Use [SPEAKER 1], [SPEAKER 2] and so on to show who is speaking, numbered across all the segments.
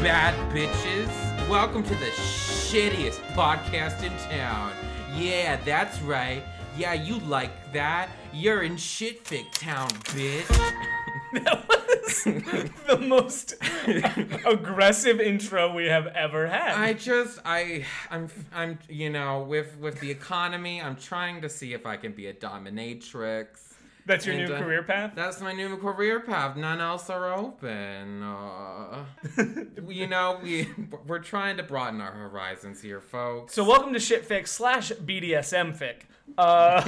[SPEAKER 1] bad bitches. Welcome to the shittiest podcast in town. Yeah, that's right. Yeah, you like that. You're in shitfic town, bitch.
[SPEAKER 2] That was the most aggressive intro we have ever had.
[SPEAKER 1] I just I I'm I'm you know, with with the economy, I'm trying to see if I can be a dominatrix.
[SPEAKER 2] That's your
[SPEAKER 1] And,
[SPEAKER 2] new
[SPEAKER 1] uh,
[SPEAKER 2] career path?
[SPEAKER 1] That's my new career path. None else are open. Uh, you know, we we're trying to broaden our horizons here, folks.
[SPEAKER 2] so welcome to Shitfic slash BDSM fic. Uh,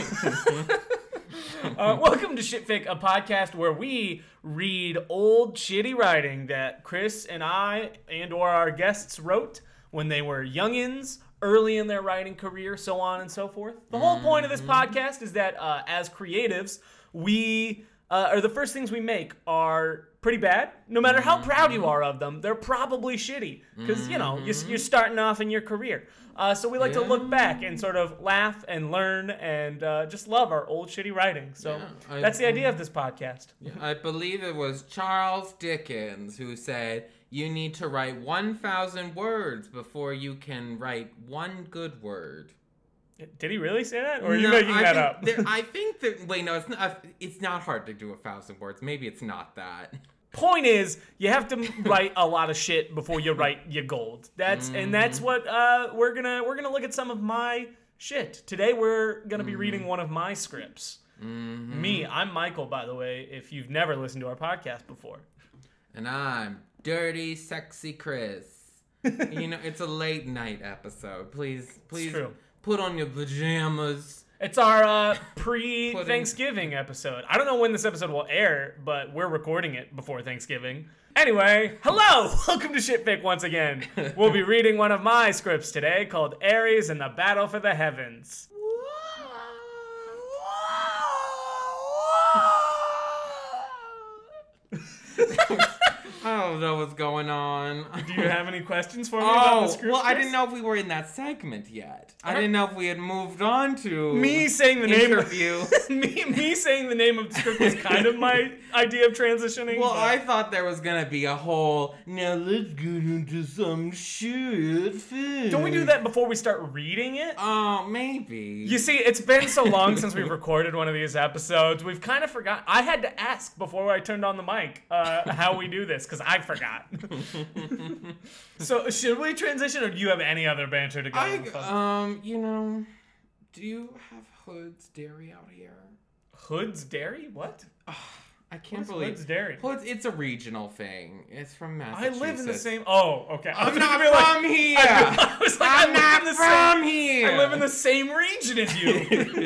[SPEAKER 2] uh, welcome to Shitfic, a podcast where we read old shitty writing that Chris and I and or our guests wrote when they were youngins, early in their writing career, so on and so forth. The whole point of this podcast is that uh, as creatives, we uh, or the first things we make are pretty bad. No matter how
[SPEAKER 1] Mm-hmm,
[SPEAKER 2] proud you are of them, they're probably shitty because you know you're,
[SPEAKER 1] Mm-hmm.
[SPEAKER 2] you're starting off in your career. Uh, so we like to look back and sort of laugh and learn and uh, just love our old shitty writing. So
[SPEAKER 1] I-
[SPEAKER 2] that's the idea of this podcast.
[SPEAKER 1] I believe it was Charles Dickens who said, You need to write 1,000 words before you can write one good word.
[SPEAKER 2] Did he really say that, or are you
[SPEAKER 1] No,
[SPEAKER 2] Oh, making
[SPEAKER 1] I
[SPEAKER 2] that
[SPEAKER 1] think there-
[SPEAKER 2] up?
[SPEAKER 1] I think that, wait, no, it's not, uh, it's not hard to do a thousand words. Maybe it's not that.
[SPEAKER 2] point is you have to write a lot of shit before you write your gold that's and that's what uh, we're gonna we're gonna look at some of my shit today we're gonna be reading one of my scripts me i'm michael by the way if you've never listened to our podcast before
[SPEAKER 1] And I'm Dirty Sexy Chris. you know, it's a late night episode. Please, please
[SPEAKER 2] true.
[SPEAKER 1] put on your pajamas.
[SPEAKER 2] it's our uh, pre-thanksgiving episode i don't know when this episode will air but we're recording it before thanksgiving anyway hello welcome to shitpick once again we'll be reading one of my scripts today called ares and the battle for the heavens
[SPEAKER 1] I don't know what's going on.
[SPEAKER 2] Do you have any questions for me about the
[SPEAKER 1] Oh,
[SPEAKER 2] script?
[SPEAKER 1] well, I
[SPEAKER 2] Chris?
[SPEAKER 1] didn't know if we were in that segment yet. I didn't know if we had moved on to
[SPEAKER 2] Me saying the name of
[SPEAKER 1] interview.
[SPEAKER 2] me, me saying the name of the script was kind of my idea of transitioning.
[SPEAKER 1] well,
[SPEAKER 2] but-
[SPEAKER 1] I thought there was gonna be a whole. Now let's get into some shit. first."
[SPEAKER 2] don't we do that before we start reading it?
[SPEAKER 1] Oh, maybe.
[SPEAKER 2] You see, it's been so long since we've recorded one of these episodes. We've kind of forgot. I had to ask before I turned on the mic uh, how we do this because I forgot. so should we transition, or do you have any other banter to go?
[SPEAKER 1] I
[SPEAKER 2] with us?
[SPEAKER 1] um, you know, do you have Hood's Dairy out here?
[SPEAKER 2] Hood's Dairy? What?
[SPEAKER 1] I can't
[SPEAKER 2] What is
[SPEAKER 1] believe
[SPEAKER 2] Hood's Dairy?
[SPEAKER 1] Hood's, it's a regional thing. It's from
[SPEAKER 2] I
[SPEAKER 1] Massachusetts.
[SPEAKER 2] live in the same. Oh, okay. I
[SPEAKER 1] I'm
[SPEAKER 2] was gonna
[SPEAKER 1] not
[SPEAKER 2] be like-
[SPEAKER 1] from here.
[SPEAKER 2] I was like, I
[SPEAKER 1] I'm
[SPEAKER 2] live
[SPEAKER 1] not
[SPEAKER 2] in the
[SPEAKER 1] from
[SPEAKER 2] same-
[SPEAKER 1] here.
[SPEAKER 2] I live in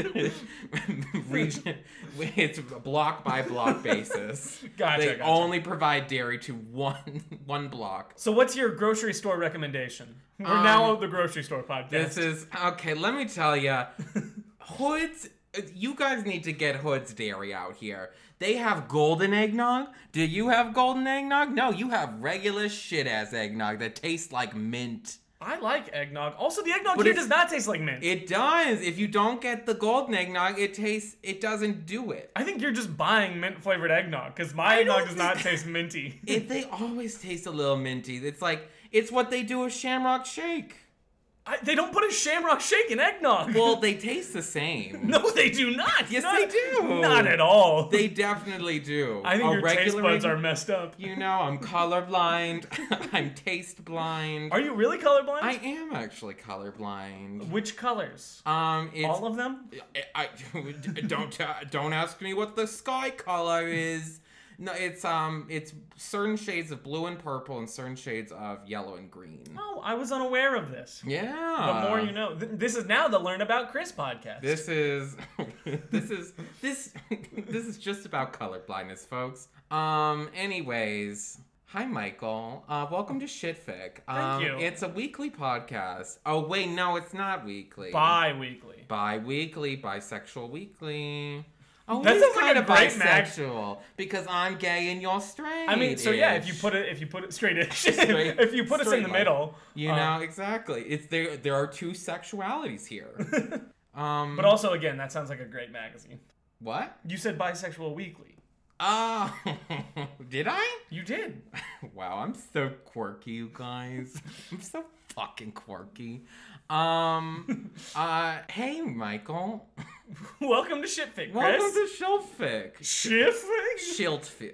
[SPEAKER 2] the same region as you.
[SPEAKER 1] region it's a block by block basis
[SPEAKER 2] Gotcha,
[SPEAKER 1] they
[SPEAKER 2] gotcha.
[SPEAKER 1] only provide dairy to one one block
[SPEAKER 2] so, what's your grocery store recommendation? We're now the grocery store podcast.
[SPEAKER 1] Um, this is okay let me tell you hoods you guys need to get hoods dairy out here they have golden eggnog do you have golden eggnog no you have regular shit ass eggnog that tastes like mint
[SPEAKER 2] I like eggnog. Also, the eggnog
[SPEAKER 1] But
[SPEAKER 2] here
[SPEAKER 1] it's-
[SPEAKER 2] does not taste like mint.
[SPEAKER 1] it does if you don't get the golden eggnog it tastes it doesn't do it
[SPEAKER 2] I think you're just buying mint flavored eggnog because my
[SPEAKER 1] don't
[SPEAKER 2] eggnog does not
[SPEAKER 1] think-
[SPEAKER 2] taste minty.
[SPEAKER 1] It, they always taste a little minty. It's like it's what they do with Shamrock Shake.
[SPEAKER 2] I, they don't put a shamrock shake in eggnog.
[SPEAKER 1] Well, they taste the same.
[SPEAKER 2] no, they do not.
[SPEAKER 1] Yes,
[SPEAKER 2] Not-
[SPEAKER 1] they do.
[SPEAKER 2] Not at all.
[SPEAKER 1] They definitely do.
[SPEAKER 2] I think
[SPEAKER 1] A
[SPEAKER 2] your taste buds are messed up.
[SPEAKER 1] You know, I'm colorblind. I'm taste blind.
[SPEAKER 2] Are you really colorblind?
[SPEAKER 1] I am actually colorblind.
[SPEAKER 2] Which colors?
[SPEAKER 1] Um, it's
[SPEAKER 2] All of them?
[SPEAKER 1] I, I- don't ta- don't ask me what the sky color is. No, it's um, it's certain shades of blue and purple and certain shades of yellow and green.
[SPEAKER 2] Oh, I was unaware of this.
[SPEAKER 1] Yeah.
[SPEAKER 2] The more you know. Th- this is now the Learn About Chris podcast.
[SPEAKER 1] Uh, This is this is this this is just about color blindness, folks. Um. Anyways, hi Michael. Uh, welcome to Shitfic. Um,
[SPEAKER 2] you.
[SPEAKER 1] It's a weekly podcast. Oh wait, no, it's not weekly.
[SPEAKER 2] bi-weekly.
[SPEAKER 1] Bi-weekly, bisexual weekly. Oh, it
[SPEAKER 2] That
[SPEAKER 1] is
[SPEAKER 2] sounds like a
[SPEAKER 1] kinda
[SPEAKER 2] great mag-
[SPEAKER 1] bisexual because I'm gay and you're straight.
[SPEAKER 2] I mean, so yeah, if you put it, if you put it straight ish, if you put us in the
[SPEAKER 1] straight-ish.
[SPEAKER 2] middle,
[SPEAKER 1] you
[SPEAKER 2] uh,
[SPEAKER 1] know exactly, it's there. There are two sexualities here. um,
[SPEAKER 2] uh, But also, again, that sounds like a great magazine.
[SPEAKER 1] what?
[SPEAKER 2] You said bisexual weekly.
[SPEAKER 1] Oh, did I?
[SPEAKER 2] You did.
[SPEAKER 1] Wow, I'm so quirky, you guys. I'm so fucking quirky. Um, uh, hey, Michael.
[SPEAKER 2] Welcome to Shitfic, Chris.
[SPEAKER 1] Welcome to Shilfic.
[SPEAKER 2] Shitfic? I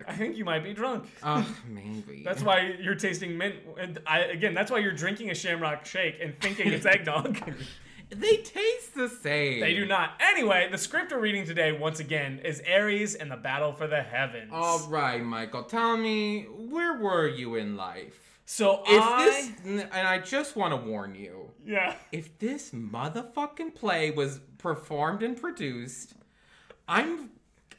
[SPEAKER 1] Shilfic.
[SPEAKER 2] think you might be drunk.
[SPEAKER 1] Oh, maybe.
[SPEAKER 2] That's why you're tasting mint. And I, again, that's why you're drinking a shamrock shake and thinking it's eggnog.
[SPEAKER 1] They taste the same.
[SPEAKER 2] they do not. Anyway, the script we're reading today, once again, is Ares and the Battle for the Heavens.
[SPEAKER 1] All right, Michael. Tell me, where were you in life?
[SPEAKER 2] so
[SPEAKER 1] If
[SPEAKER 2] I.
[SPEAKER 1] this, n- and I just want to warn you,
[SPEAKER 2] yeah.
[SPEAKER 1] if this motherfucking play was performed and produced, I'm,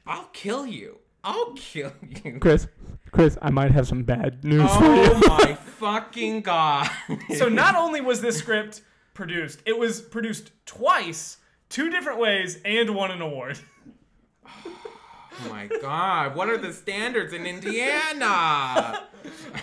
[SPEAKER 1] I'll kill you. I'll kill you.
[SPEAKER 3] Chris, Chris, I might have some bad news
[SPEAKER 1] Oh
[SPEAKER 3] for you.
[SPEAKER 1] my fucking god.
[SPEAKER 2] So not only was this script produced, it was produced twice, two different ways, and won an award.
[SPEAKER 1] oh my god, what are the standards in Indiana?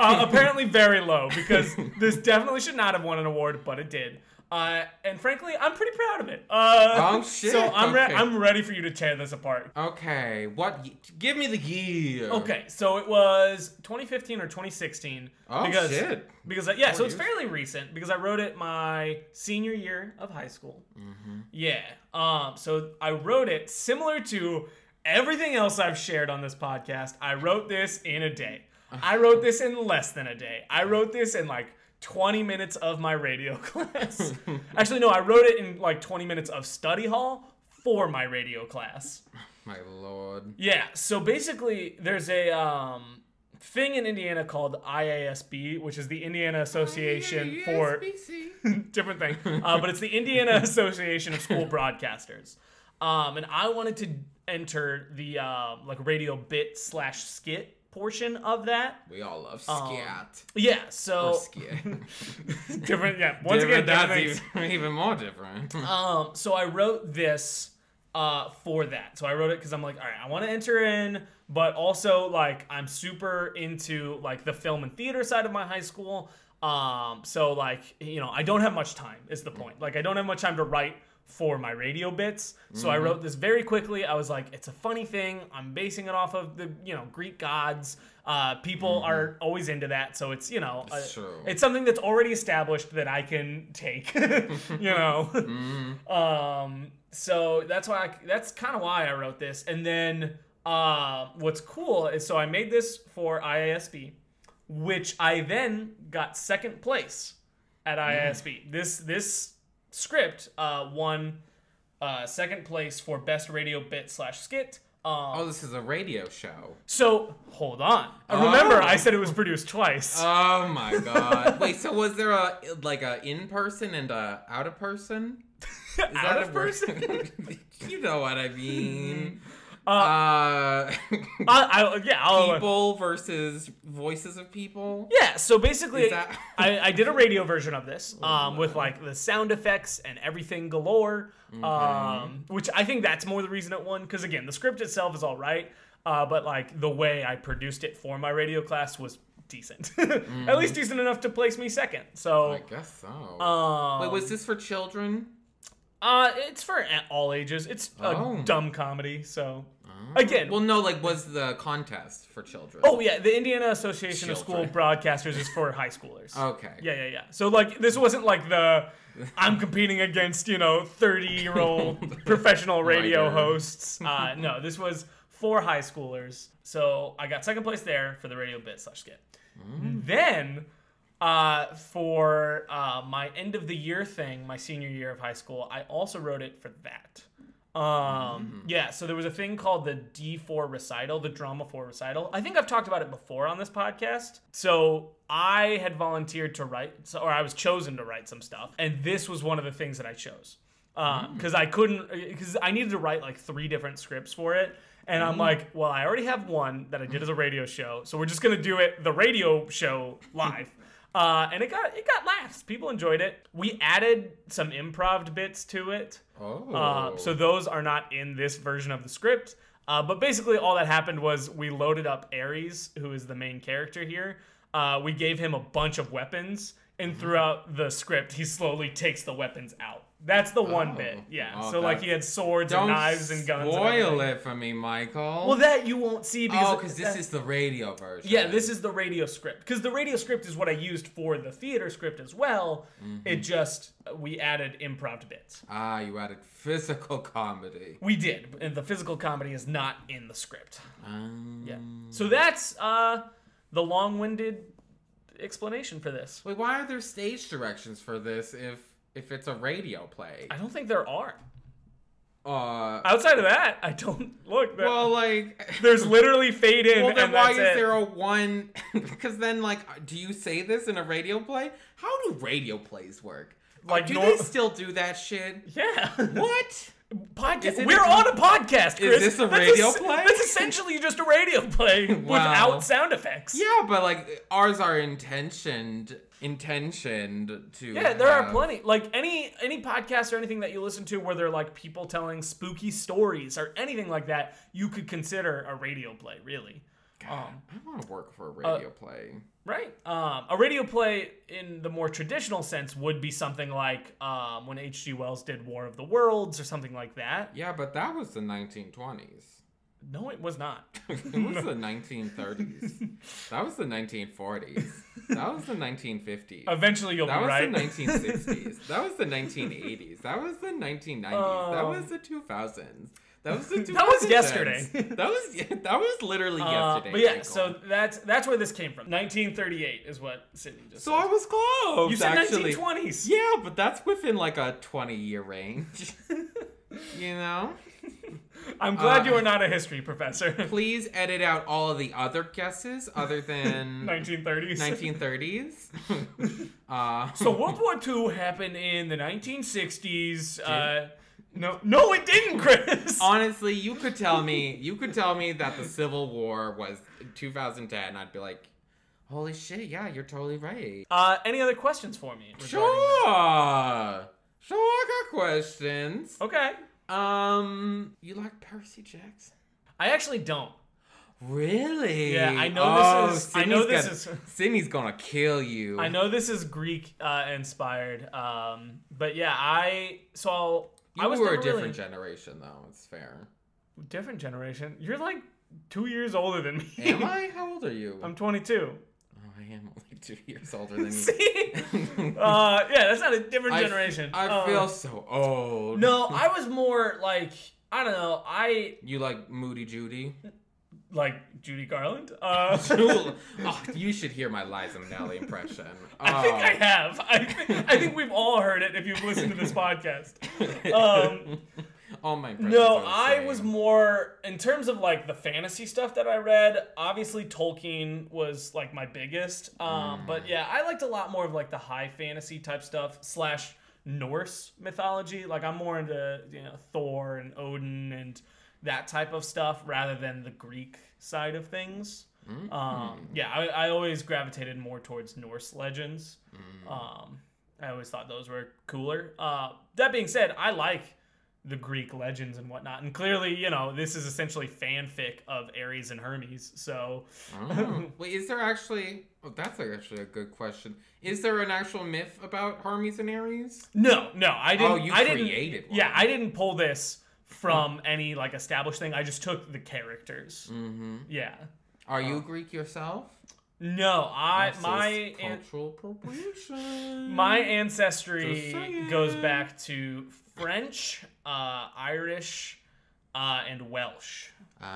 [SPEAKER 2] Uh, apparently very low because this definitely should not have won an award, but it did. Uh, and frankly, I'm pretty proud of it. Uh,
[SPEAKER 1] Oh, shit.
[SPEAKER 2] So I'm re-
[SPEAKER 1] Okay.
[SPEAKER 2] I'm ready for you to tear this apart.
[SPEAKER 1] Okay, what? ye- Give me the year.
[SPEAKER 2] Okay, so it was 2015 or 2016.
[SPEAKER 1] Oh,
[SPEAKER 2] because,
[SPEAKER 1] shit.
[SPEAKER 2] Because I- yeah, so
[SPEAKER 1] Four
[SPEAKER 2] it's
[SPEAKER 1] years.
[SPEAKER 2] fairly recent because I wrote it my senior year of high school.
[SPEAKER 1] Mm-hmm.
[SPEAKER 2] Yeah. Um. So I wrote it similar to everything else I've shared on this podcast. I wrote this in a day. I wrote this in less than a day. I wrote this in like 20 minutes of my radio class. Actually, no, I wrote it in like 20 minutes of study hall for my radio class.
[SPEAKER 1] My lord.
[SPEAKER 2] Yeah. So basically, there's a um, thing in Indiana called IASB, which is the Indiana Association for different thing, uh, but it's the Indiana Association of School Broadcasters. Um, and I wanted to enter the uh, like radio bit slash skit portion of that.
[SPEAKER 1] We all love
[SPEAKER 2] Um,
[SPEAKER 1] scat.
[SPEAKER 2] Yeah. So
[SPEAKER 1] Scat.
[SPEAKER 2] different. Yeah. Once
[SPEAKER 1] Different,
[SPEAKER 2] again, different
[SPEAKER 1] that's
[SPEAKER 2] things.
[SPEAKER 1] even, even more different.
[SPEAKER 2] Um, so I wrote this uh, for that. So I wrote it because I'm like, all right, I want to enter in, but also like I'm super into like the film and theater side of my high school. Um, so like you know, I don't have much time. Is the point? Like I don't have much time to write for my radio bits. So
[SPEAKER 1] Mm-hmm.
[SPEAKER 2] I wrote this very quickly. I was like, it's a funny thing. I'm basing it off of the you know Greek gods. Uh, people are always into that, so it's you know,
[SPEAKER 1] Mm-hmm.
[SPEAKER 2] uh,
[SPEAKER 1] It's true.
[SPEAKER 2] it's something that's already established that I can take. you know. Um, so that's why I, that's kind of why I wrote this. And then uh, what's cool is so I made this for IASB, which I then got second place at
[SPEAKER 1] Mm.
[SPEAKER 2] IASB. This this script uh, won uh, second place for best radio bit slash skit. Um,
[SPEAKER 1] Oh, this is a radio show.
[SPEAKER 2] so hold on. Remember,
[SPEAKER 1] Oh.
[SPEAKER 2] I said it was produced twice.
[SPEAKER 1] Oh my god. Wait, so was there a like a in person and a out of person? Is
[SPEAKER 2] Out
[SPEAKER 1] a
[SPEAKER 2] of
[SPEAKER 1] word? you know what I mean. Uh,
[SPEAKER 2] I, I, yeah, I'll,
[SPEAKER 1] people versus voices of people.
[SPEAKER 2] uh, Yeah, so basically,
[SPEAKER 1] Is that-
[SPEAKER 2] I, I did a radio version of this um, with like the sound effects and everything galore,
[SPEAKER 1] Mm-hmm.
[SPEAKER 2] um, which I think that's more the reason it won. Because again, the script itself is all right, uh, but like the way I produced it for my radio class was decent, at
[SPEAKER 1] Mm-hmm.
[SPEAKER 2] least decent enough to place me second. So,
[SPEAKER 1] I guess so.
[SPEAKER 2] um,
[SPEAKER 1] Wait, was this for children?
[SPEAKER 2] uh, it's for a- all ages. It's a
[SPEAKER 1] Oh.
[SPEAKER 2] dumb comedy. So, again,
[SPEAKER 1] Well, no, like was the contest for children?
[SPEAKER 2] oh yeah, the Indiana Association of
[SPEAKER 1] Children.
[SPEAKER 2] School Broadcasters is for high schoolers.
[SPEAKER 1] Okay.
[SPEAKER 2] Yeah, yeah, yeah. So like this wasn't like the I'm competing against, you know, 30-year-old professional radio
[SPEAKER 1] Writer.
[SPEAKER 2] hosts. Uh, no, this was for high schoolers. So I got second place there for the radio bit slash skit. Mm. Then uh, for uh, my end of the year thing, my senior year of high school, I also wrote it for that. Um, yeah, so there was a thing called the D4 recital, the drama 4 recital. I think I've talked about it before on this podcast. So I had volunteered to write, so, or I was chosen to write some stuff, and this was one of the things that I chose. Because Uh, I couldn't, because I needed to write like three different scripts for it. And I'm like, well, I already have one that I did as a radio show, so we're just gonna do it the radio show live. Uh, and it got it got laughs. People enjoyed it. We added some improv bits to it.
[SPEAKER 1] Oh.
[SPEAKER 2] Uh, so those are not in this version of the script. Uh, but basically, all that happened was we loaded up Ares, who is the main character here. Uh,
[SPEAKER 1] Mm-hmm.
[SPEAKER 2] we gave him a bunch of weapons, and throughout the script, he slowly takes the weapons out. That's the one
[SPEAKER 1] Oh.
[SPEAKER 2] bit. Yeah.
[SPEAKER 1] Oh,
[SPEAKER 2] so like he had swords
[SPEAKER 1] Don't
[SPEAKER 2] and knives and guns. and
[SPEAKER 1] spoil
[SPEAKER 2] everything.
[SPEAKER 1] it for me, Michael.
[SPEAKER 2] Well, that you won't see because
[SPEAKER 1] oh, because this
[SPEAKER 2] that-
[SPEAKER 1] is the radio version.
[SPEAKER 2] Yeah, this is the radio script because the radio script is what I used for the theater script as well.
[SPEAKER 1] Mm-hmm.
[SPEAKER 2] It just we added improv bits.
[SPEAKER 1] ah, you added physical comedy.
[SPEAKER 2] We did, and the physical comedy is not in the script.
[SPEAKER 1] Um,
[SPEAKER 2] Yeah. So that's uh the long-winded explanation for this.
[SPEAKER 1] Wait, why are there stage directions for this if if it's a radio play?
[SPEAKER 2] I don't think there are.
[SPEAKER 1] Uh,
[SPEAKER 2] Outside of that, I don't look. There,
[SPEAKER 1] well, like.
[SPEAKER 2] there's literally fade in.
[SPEAKER 1] Well, then
[SPEAKER 2] and
[SPEAKER 1] why
[SPEAKER 2] that's
[SPEAKER 1] is
[SPEAKER 2] it.
[SPEAKER 1] there a one? Because then, like, do you say this in a radio play? How do radio plays work?
[SPEAKER 2] Like
[SPEAKER 1] Like, do
[SPEAKER 2] nor-
[SPEAKER 1] they still do that shit?
[SPEAKER 2] Yeah.
[SPEAKER 1] What? Is
[SPEAKER 2] Podcast.
[SPEAKER 1] it
[SPEAKER 2] We're
[SPEAKER 1] a-
[SPEAKER 2] on a podcast, Chris.
[SPEAKER 1] this a
[SPEAKER 2] That's
[SPEAKER 1] radio
[SPEAKER 2] es-
[SPEAKER 1] play?
[SPEAKER 2] That's essentially just a radio play
[SPEAKER 1] Wow.
[SPEAKER 2] without sound effects.
[SPEAKER 1] Yeah, but like ours are intentioned, intentioned to.
[SPEAKER 2] Yeah, there are
[SPEAKER 1] have-
[SPEAKER 2] plenty. Like any any podcast or anything that you listen to where they're like people telling spooky stories or anything like that, you could consider a radio play, really. Um,
[SPEAKER 1] I want to work for a
[SPEAKER 2] Uh,
[SPEAKER 1] radio play.
[SPEAKER 2] right. Um, a radio play in the more traditional sense would be something like um, when H.G. Wells did War of the Worlds or something like that.
[SPEAKER 1] Yeah, but that was the 1920s.
[SPEAKER 2] No, it was not.
[SPEAKER 1] it was the 1930s. That was the 1940s. That was the 1950s.
[SPEAKER 2] Eventually, you'll
[SPEAKER 1] That
[SPEAKER 2] be
[SPEAKER 1] was
[SPEAKER 2] right.
[SPEAKER 1] the 1960s. that was the 1980s. That was the 1990s. that
[SPEAKER 2] Oh.
[SPEAKER 1] was the 2000s. That was the 2000s.
[SPEAKER 2] That was yesterday.
[SPEAKER 1] that was that was literally
[SPEAKER 2] Uh,
[SPEAKER 1] yesterday.
[SPEAKER 2] but yeah,
[SPEAKER 1] Michael.
[SPEAKER 2] so that's that's where this came from. 1938 is what Sydney just
[SPEAKER 1] so I was close.
[SPEAKER 2] said. You said
[SPEAKER 1] actually.
[SPEAKER 2] 1920s.
[SPEAKER 1] Yeah, but that's within like a 20 year range. you know.
[SPEAKER 2] I'm glad
[SPEAKER 1] Uh,
[SPEAKER 2] you are not a history professor.
[SPEAKER 1] Please edit out all of the other guesses other than
[SPEAKER 2] 1930s.
[SPEAKER 1] 1930s. uh,
[SPEAKER 2] So World War II happened in the 1960s. Uh, no, no, it didn't, Chris.
[SPEAKER 1] Honestly, you could tell me you could tell me that the Civil War was 2010. I'd be like, holy shit, yeah, you're totally right.
[SPEAKER 2] Uh, any other questions for me? regarding this?
[SPEAKER 1] Sure, sure, I got questions.
[SPEAKER 2] Okay.
[SPEAKER 1] Um, you like Percy Jackson?
[SPEAKER 2] I actually don't.
[SPEAKER 1] Really?
[SPEAKER 2] Yeah, I know this is- I know
[SPEAKER 1] Sydney's
[SPEAKER 2] this
[SPEAKER 1] gonna-
[SPEAKER 2] is-
[SPEAKER 1] Sydney's gonna kill you.
[SPEAKER 2] I know this is Greek uh, inspired, um, but yeah, I so I'll,
[SPEAKER 1] You
[SPEAKER 2] I was
[SPEAKER 1] were a
[SPEAKER 2] never
[SPEAKER 1] different
[SPEAKER 2] really-
[SPEAKER 1] generation, though. It's fair.
[SPEAKER 2] different generation. You're like two years older than me.
[SPEAKER 1] Am I? How old are you?
[SPEAKER 2] I'm 22.
[SPEAKER 1] oh, I am only two years older than you.
[SPEAKER 2] See? uh, yeah, that's not a different
[SPEAKER 1] Mm. I f-
[SPEAKER 2] generation.
[SPEAKER 1] I,
[SPEAKER 2] Uh,
[SPEAKER 1] feel so old.
[SPEAKER 2] No, I was more like I don't know. I
[SPEAKER 1] You like Moody Judy?
[SPEAKER 2] like Judy Garland. Uh,
[SPEAKER 1] Cool. oh, you should hear my Liza Minnelli impression.
[SPEAKER 2] I think I
[SPEAKER 1] Oh.
[SPEAKER 2] have. I think, I think we've all heard it if you've listened to this podcast. Um,
[SPEAKER 1] Oh. All my impressions. are
[SPEAKER 2] no,
[SPEAKER 1] the
[SPEAKER 2] I
[SPEAKER 1] same.
[SPEAKER 2] was more in terms of like the fantasy stuff that I read. Obviously, Tolkien was like my biggest. Um, But yeah, I liked a lot more of like the high fantasy type stuff slash Norse mythology. Like I'm more into you know Thor and Odin and that type of stuff rather than the Greek side of things. Um, yeah, I, I always gravitated more towards Norse legends.
[SPEAKER 1] Mm.
[SPEAKER 2] Um, I always thought those were cooler. Uh, that being said, I like the Greek legends and whatnot, and clearly, you know, this is essentially fanfic of Ares and Hermes. So,
[SPEAKER 1] Oh. Wait, is there actually? Oh, that's actually a good question. Is there an actual myth about Hermes and Ares?
[SPEAKER 2] no, no, I didn't.
[SPEAKER 1] Oh, you
[SPEAKER 2] I
[SPEAKER 1] created
[SPEAKER 2] didn't,
[SPEAKER 1] one. Mm.
[SPEAKER 2] Yeah, I didn't pull this from any like established thing. I just took the characters.
[SPEAKER 1] Mm-hmm.
[SPEAKER 2] Yeah.
[SPEAKER 1] Are you Greek yourself?
[SPEAKER 2] No, Uh. I
[SPEAKER 1] This is
[SPEAKER 2] my an-
[SPEAKER 1] cultural appropriation.
[SPEAKER 2] My
[SPEAKER 1] Just
[SPEAKER 2] ancestry
[SPEAKER 1] saying.
[SPEAKER 2] goes back to French, uh, Irish, uh, and Welsh,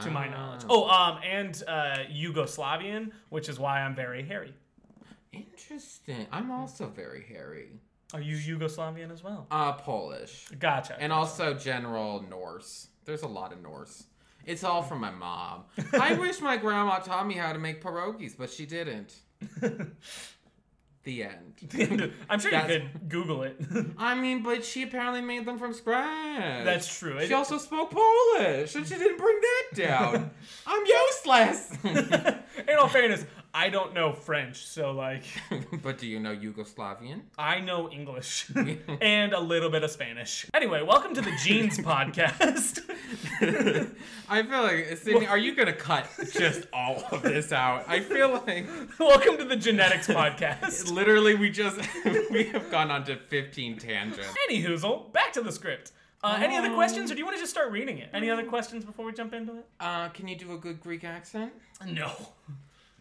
[SPEAKER 2] to my
[SPEAKER 1] Ah.
[SPEAKER 2] knowledge. Oh, um, and uh, Yugoslavian, which is why I'm very hairy.
[SPEAKER 1] interesting. I'm also very hairy.
[SPEAKER 2] Are you Yugoslavian as well?
[SPEAKER 1] Uh, Polish.
[SPEAKER 2] Gotcha.
[SPEAKER 1] and also general Norse. There's a lot of Norse. It's all from my mom. I wish my grandma taught me how to make pierogies, but she didn't. the end.
[SPEAKER 2] I'm sure you
[SPEAKER 1] That's-
[SPEAKER 2] could Google it.
[SPEAKER 1] I mean, but she apparently made them from scratch.
[SPEAKER 2] That's true. It-
[SPEAKER 1] She also spoke Polish, and she didn't bring that down. I'm useless.
[SPEAKER 2] In all fairness, I don't know French, so like
[SPEAKER 1] but do you know Yugoslavian?
[SPEAKER 2] I know English and a little bit of Spanish. Anyway, welcome to the Jeans Podcast.
[SPEAKER 1] I feel like Sydney, are you gonna cut just all of this out? I feel like
[SPEAKER 2] welcome to the Genetics Podcast.
[SPEAKER 1] literally we just we have gone on to 15 tangents.
[SPEAKER 2] Any hoozle, back to the script. Uh, any
[SPEAKER 1] Um,
[SPEAKER 2] other questions, or do you want to just start reading it? Any other
[SPEAKER 1] mm.
[SPEAKER 2] questions before we jump into it?
[SPEAKER 1] Uh, can you do a good Greek accent?
[SPEAKER 2] No.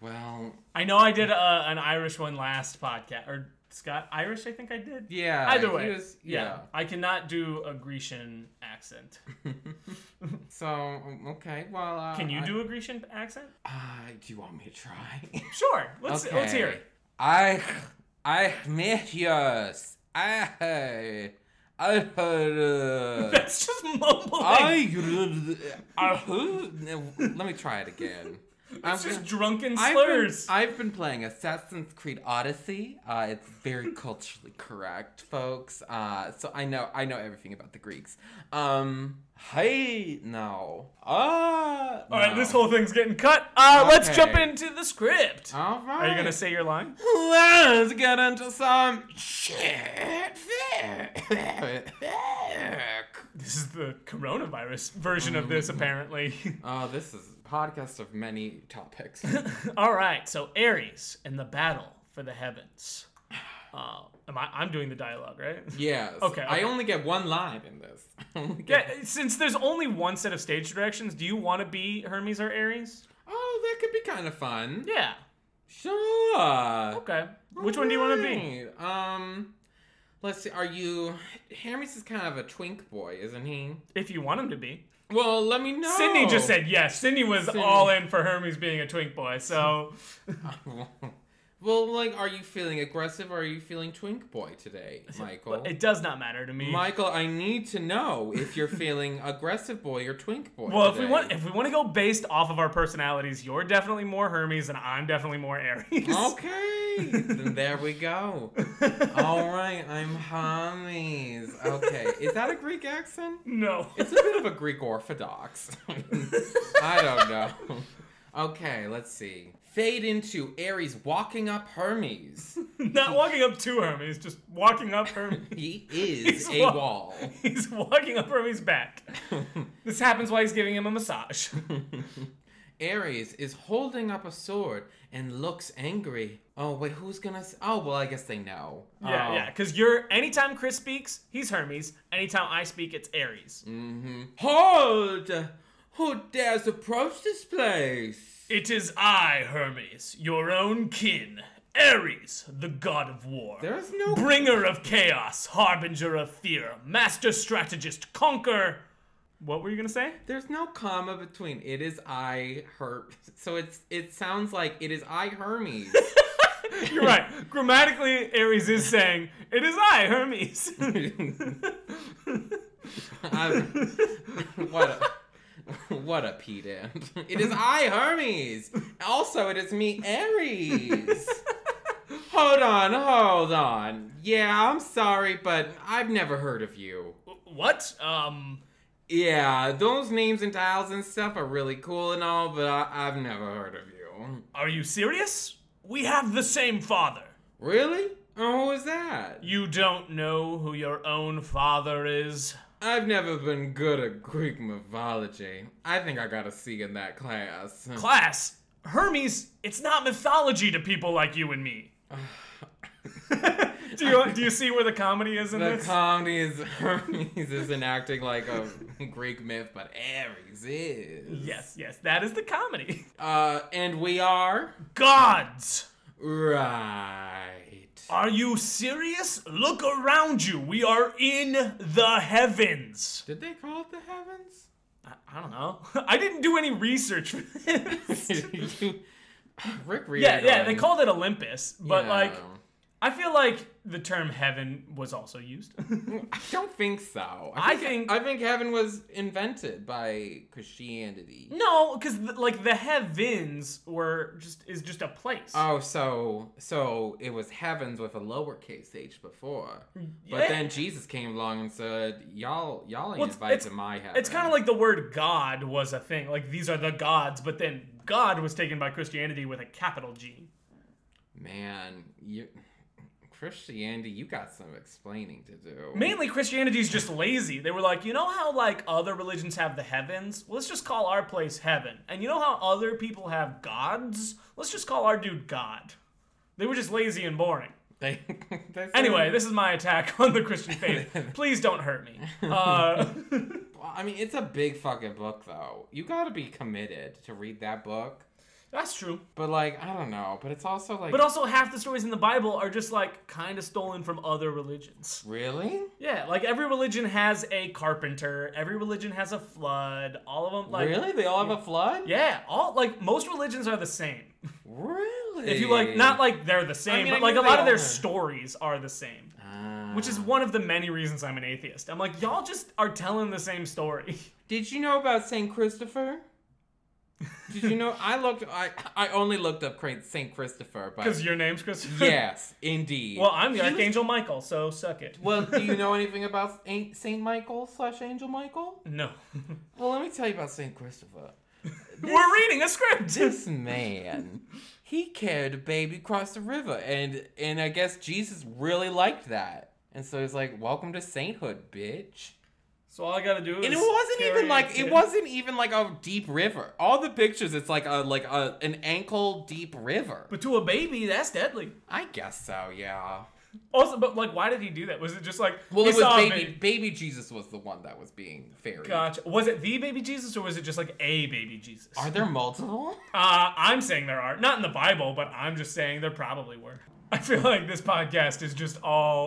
[SPEAKER 1] Well,
[SPEAKER 2] I know I did uh, an Irish one last podcast, or Scott Irish, I think I did.
[SPEAKER 1] yeah.
[SPEAKER 2] Either
[SPEAKER 1] he
[SPEAKER 2] way,
[SPEAKER 1] was-
[SPEAKER 2] yeah. I cannot do a Grecian accent.
[SPEAKER 1] So okay, well. Uh,
[SPEAKER 2] Can you
[SPEAKER 1] I-
[SPEAKER 2] do a Grecian accent?
[SPEAKER 1] Uh, do you want me to try?
[SPEAKER 2] Sure. Let's let's hear it.
[SPEAKER 1] I I Metius. I I heard uh,
[SPEAKER 2] That's just mumbling.
[SPEAKER 1] I I heard- no, let me try it again. I'm
[SPEAKER 2] it's just
[SPEAKER 1] gonna-
[SPEAKER 2] drunken
[SPEAKER 1] I've been,
[SPEAKER 2] slurs.
[SPEAKER 1] I've been playing Assassin's Creed Odyssey. Uh, it's very culturally correct, folks. Uh, so I know I know everything about the Greeks. Um, hey, no. Ah.
[SPEAKER 2] All right, this whole thing's getting cut. Uh, Let's
[SPEAKER 1] Okay.
[SPEAKER 2] jump into the script.
[SPEAKER 1] All right.
[SPEAKER 2] Are you gonna say your line?
[SPEAKER 1] Let's get into some shit fic.
[SPEAKER 2] This is the coronavirus version of
[SPEAKER 1] Um,
[SPEAKER 2] this, apparently.
[SPEAKER 1] Oh, this is a podcast of many topics.
[SPEAKER 2] All right, so Ares and the battle for the heavens. Uh, am I? I'm doing the dialogue, right?
[SPEAKER 1] yes.
[SPEAKER 2] Okay,
[SPEAKER 1] I
[SPEAKER 2] okay.
[SPEAKER 1] only get one line in this. I only
[SPEAKER 2] Yeah.
[SPEAKER 1] get-
[SPEAKER 2] Since there's only one set of stage directions, do you want to be Hermes or Ares?
[SPEAKER 1] Oh, that could be kind of fun.
[SPEAKER 2] Yeah.
[SPEAKER 1] Sure.
[SPEAKER 2] Okay. Which one do you want to be?
[SPEAKER 1] Alright, Um, let's see. Are you? Hermes is kind of a twink boy, isn't he?
[SPEAKER 2] If you want him to be.
[SPEAKER 1] Well, let me know.
[SPEAKER 2] Sydney just said yes. Sydney was
[SPEAKER 1] Sydney.
[SPEAKER 2] all in for Hermes being a twink boy. So
[SPEAKER 1] well, like, are you feeling aggressive or are you feeling twink boy today, Michael?
[SPEAKER 2] it does not matter to me.
[SPEAKER 1] Michael, I need to know if you're feeling aggressive boy or twink boy.
[SPEAKER 2] well, if we
[SPEAKER 1] today.
[SPEAKER 2] want if we want to go based off of our personalities, you're definitely more Hermes and I'm definitely more Aries.
[SPEAKER 1] Okay, then there we go. All right, I'm Hermes. Okay, is that a Greek accent?
[SPEAKER 2] No.
[SPEAKER 1] It's a bit of a Greek Orthodox. I don't know. Okay, let's see. Fade into Ares walking up Hermes.
[SPEAKER 2] Not walking up to Hermes, just walking up Hermes.
[SPEAKER 1] He is
[SPEAKER 2] He's
[SPEAKER 1] a
[SPEAKER 2] wa-
[SPEAKER 1] wall.
[SPEAKER 2] he's walking up Hermes' back. This happens while he's giving him a massage.
[SPEAKER 1] Ares is holding up a sword and looks angry. Oh, wait, who's gonna. S- oh, well, I guess they know. Oh,
[SPEAKER 2] Yeah, yeah. Because you're anytime Chris speaks, he's Hermes. Anytime I speak, it's Aries.
[SPEAKER 1] Mm-hmm. Hold! Who dares approach this place?
[SPEAKER 2] It is I, Hermes, your own kin, Ares, the god of war.
[SPEAKER 1] There's no.
[SPEAKER 2] Bringer of chaos, harbinger of fear, master strategist, conquer. What were you gonna say?
[SPEAKER 1] There's no comma between it is I her so it's it sounds like it is I Hermes.
[SPEAKER 2] You're right. Grammatically, Ares is saying, It is I, Hermes.
[SPEAKER 1] I'm- what a what a pedant. It is I Hermes. Also it is me Aries. hold on, hold on. Yeah, I'm sorry, but I've never heard of you.
[SPEAKER 2] what? Um,
[SPEAKER 1] Yeah, those names and tiles and stuff are really cool and all, but I, I've never heard of you.
[SPEAKER 2] are you serious? We have the same father.
[SPEAKER 1] Really? Oh, who is that?
[SPEAKER 2] You don't know who your own father is?
[SPEAKER 1] I've never been good at Greek mythology. I think I got a C in that class.
[SPEAKER 2] Class, Hermes, it's not mythology to people like you and me. do, you, do you see where the comedy is in
[SPEAKER 1] the
[SPEAKER 2] this?
[SPEAKER 1] comedy is Hermes isn't acting like a Greek myth, but Ares is.
[SPEAKER 2] yes, yes, that is the comedy.
[SPEAKER 1] Uh, and we are
[SPEAKER 2] Gods!
[SPEAKER 1] right.
[SPEAKER 2] Are you serious? Look around you. We are in the heavens.
[SPEAKER 1] Did they call it the heavens?
[SPEAKER 2] I, I don't know. I didn't do any research for this.
[SPEAKER 1] You- Rick Riordan.
[SPEAKER 2] yeah, yeah, they called it Olympus, but
[SPEAKER 1] Yeah.
[SPEAKER 2] like I feel like the term heaven was also used.
[SPEAKER 1] I don't think so.
[SPEAKER 2] I think-
[SPEAKER 1] I think heaven was invented by Christianity.
[SPEAKER 2] no, cuz like the heavens were just is just a place.
[SPEAKER 1] Oh, so so it was heavens with a lowercase h before,
[SPEAKER 2] Yeah.
[SPEAKER 1] but then Jesus came along and said, "Y'all, y'all ain't
[SPEAKER 2] Well, it's-
[SPEAKER 1] invited
[SPEAKER 2] it's-
[SPEAKER 1] to my heaven."
[SPEAKER 2] it's kind of like the word god was a thing. Like these are the gods, but then God was taken by Christianity with a capital G.
[SPEAKER 1] Man, you Christianity, you got some explaining to do.
[SPEAKER 2] Mainly, Christianity's just lazy. They were like, you know how like other religions have the heavens? Well, let's just call our place heaven. And you know how other people have gods? Let's just call our dude God. They were just lazy and boring.
[SPEAKER 1] They- they said-
[SPEAKER 2] Anyway, this is my attack on the Christian faith. Please don't hurt me. Uh,
[SPEAKER 1] Well, I mean, it's a big fucking book, though. You gotta be committed to read that book.
[SPEAKER 2] that's true.
[SPEAKER 1] But like, I don't know. But it's also like,
[SPEAKER 2] But also, half the stories in the Bible are just like kind of stolen from other religions.
[SPEAKER 1] really?
[SPEAKER 2] Yeah, like every religion has a carpenter, every religion has a flood, all of them like
[SPEAKER 1] really? They all have a flood?
[SPEAKER 2] Yeah, all like most religions are the same.
[SPEAKER 1] Really?
[SPEAKER 2] If you like not like they're the same,
[SPEAKER 1] mean, I
[SPEAKER 2] but like
[SPEAKER 1] knew
[SPEAKER 2] a
[SPEAKER 1] they
[SPEAKER 2] lot of
[SPEAKER 1] all
[SPEAKER 2] their
[SPEAKER 1] were.
[SPEAKER 2] stories are the same.
[SPEAKER 1] Ah.
[SPEAKER 2] Which is one of the many reasons I'm an atheist. I'm like, y'all just are telling the same story.
[SPEAKER 1] Did you know about Saint Christopher? Did you know? I looked. I I only looked up Cra- Saint Christopher,
[SPEAKER 2] Because
[SPEAKER 1] but
[SPEAKER 2] your name's Christopher.
[SPEAKER 1] yes, indeed.
[SPEAKER 2] Well, I'm the
[SPEAKER 1] He was-
[SPEAKER 2] Archangel Michael, so suck it.
[SPEAKER 1] Well, do you know anything about Saint- Saint Michael slash Angel Michael?
[SPEAKER 2] No.
[SPEAKER 1] Well, let me tell you about Saint Christopher.
[SPEAKER 2] We're reading a script.
[SPEAKER 1] this man he carried a baby across the river and and i guess jesus really liked that and so he's like welcome to sainthood bitch
[SPEAKER 2] so all I gotta do is
[SPEAKER 1] and it wasn't
[SPEAKER 2] carry
[SPEAKER 1] even
[SPEAKER 2] a
[SPEAKER 1] like
[SPEAKER 2] kid.
[SPEAKER 1] it wasn't even like a deep river all the pictures it's like a like a, an ankle deep river
[SPEAKER 2] But to a baby, that's deadly.
[SPEAKER 1] i guess so yeah
[SPEAKER 2] Also, but like, why did he do that? Was it just like
[SPEAKER 1] well
[SPEAKER 2] he
[SPEAKER 1] it was
[SPEAKER 2] saw a
[SPEAKER 1] baby baby jesus was the one that was being ferried
[SPEAKER 2] Gotcha. Was it the baby Jesus or was it just like a baby Jesus?
[SPEAKER 1] are there multiple
[SPEAKER 2] Uh, I'm saying there are. Not in the Bible, but I'm just saying there probably were. I feel like this podcast is just all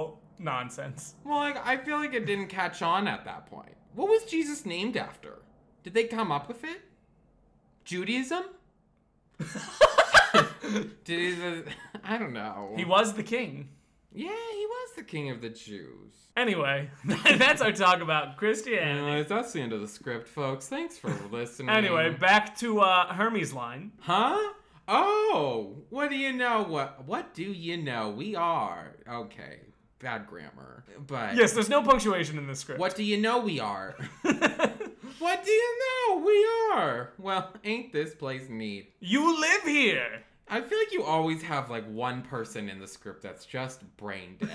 [SPEAKER 2] nonsense.
[SPEAKER 1] well like, i feel like it didn't catch on at that point what was jesus named after did they come up with it judaism Did he, the- I don't know.
[SPEAKER 2] He was the king.
[SPEAKER 1] yeah, he was the king of the Jews.
[SPEAKER 2] Anyway, that's our talk about Christianity.
[SPEAKER 1] Anyways, that's the end of the script, folks. Thanks for listening.
[SPEAKER 2] Anyway, back to uh, Hermes' line.
[SPEAKER 1] huh? Oh, what do you know? What What do you know? We are okay. Bad grammar, but
[SPEAKER 2] Yes, there's no punctuation in this script.
[SPEAKER 1] What do you know? We are. what do you know? We are. Well, ain't this place neat?
[SPEAKER 2] you live here.
[SPEAKER 1] I feel like you always have like one person in the script that's just brain dead.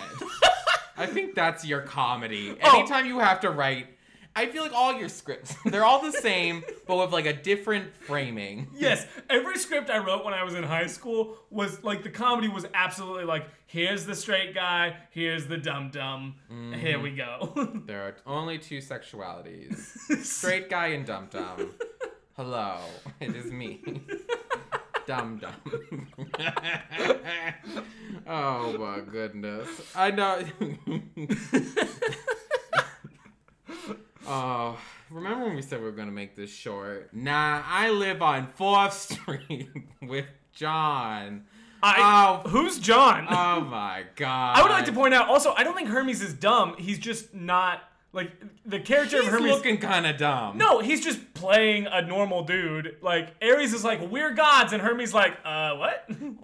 [SPEAKER 1] I think that's your comedy.
[SPEAKER 2] Oh.
[SPEAKER 1] Anytime you have to write, I feel like all your scripts, they're all the same, but with like a different framing.
[SPEAKER 2] Yes, every script I wrote when I was in high school was like the comedy was absolutely like here's the straight guy, here's the dumb dumb, here we go.
[SPEAKER 1] There are only two sexualities Mm-hmm. straight guy and dum dum. Hello, it is me. Dum dum. oh my goodness. I know. oh, remember when we said we were going to make this short? Nah, I live on 4th Street with John.
[SPEAKER 2] I,
[SPEAKER 1] Oh.
[SPEAKER 2] who's John?
[SPEAKER 1] Oh my god.
[SPEAKER 2] I would like to point out also I don't think Hermes is dumb. He's just not like the character
[SPEAKER 1] He's
[SPEAKER 2] of Hermes.
[SPEAKER 1] looking kind of dumb.
[SPEAKER 2] no, he's just playing a normal dude. Like Ares is like we're gods, and Hermes like uh what?
[SPEAKER 1] no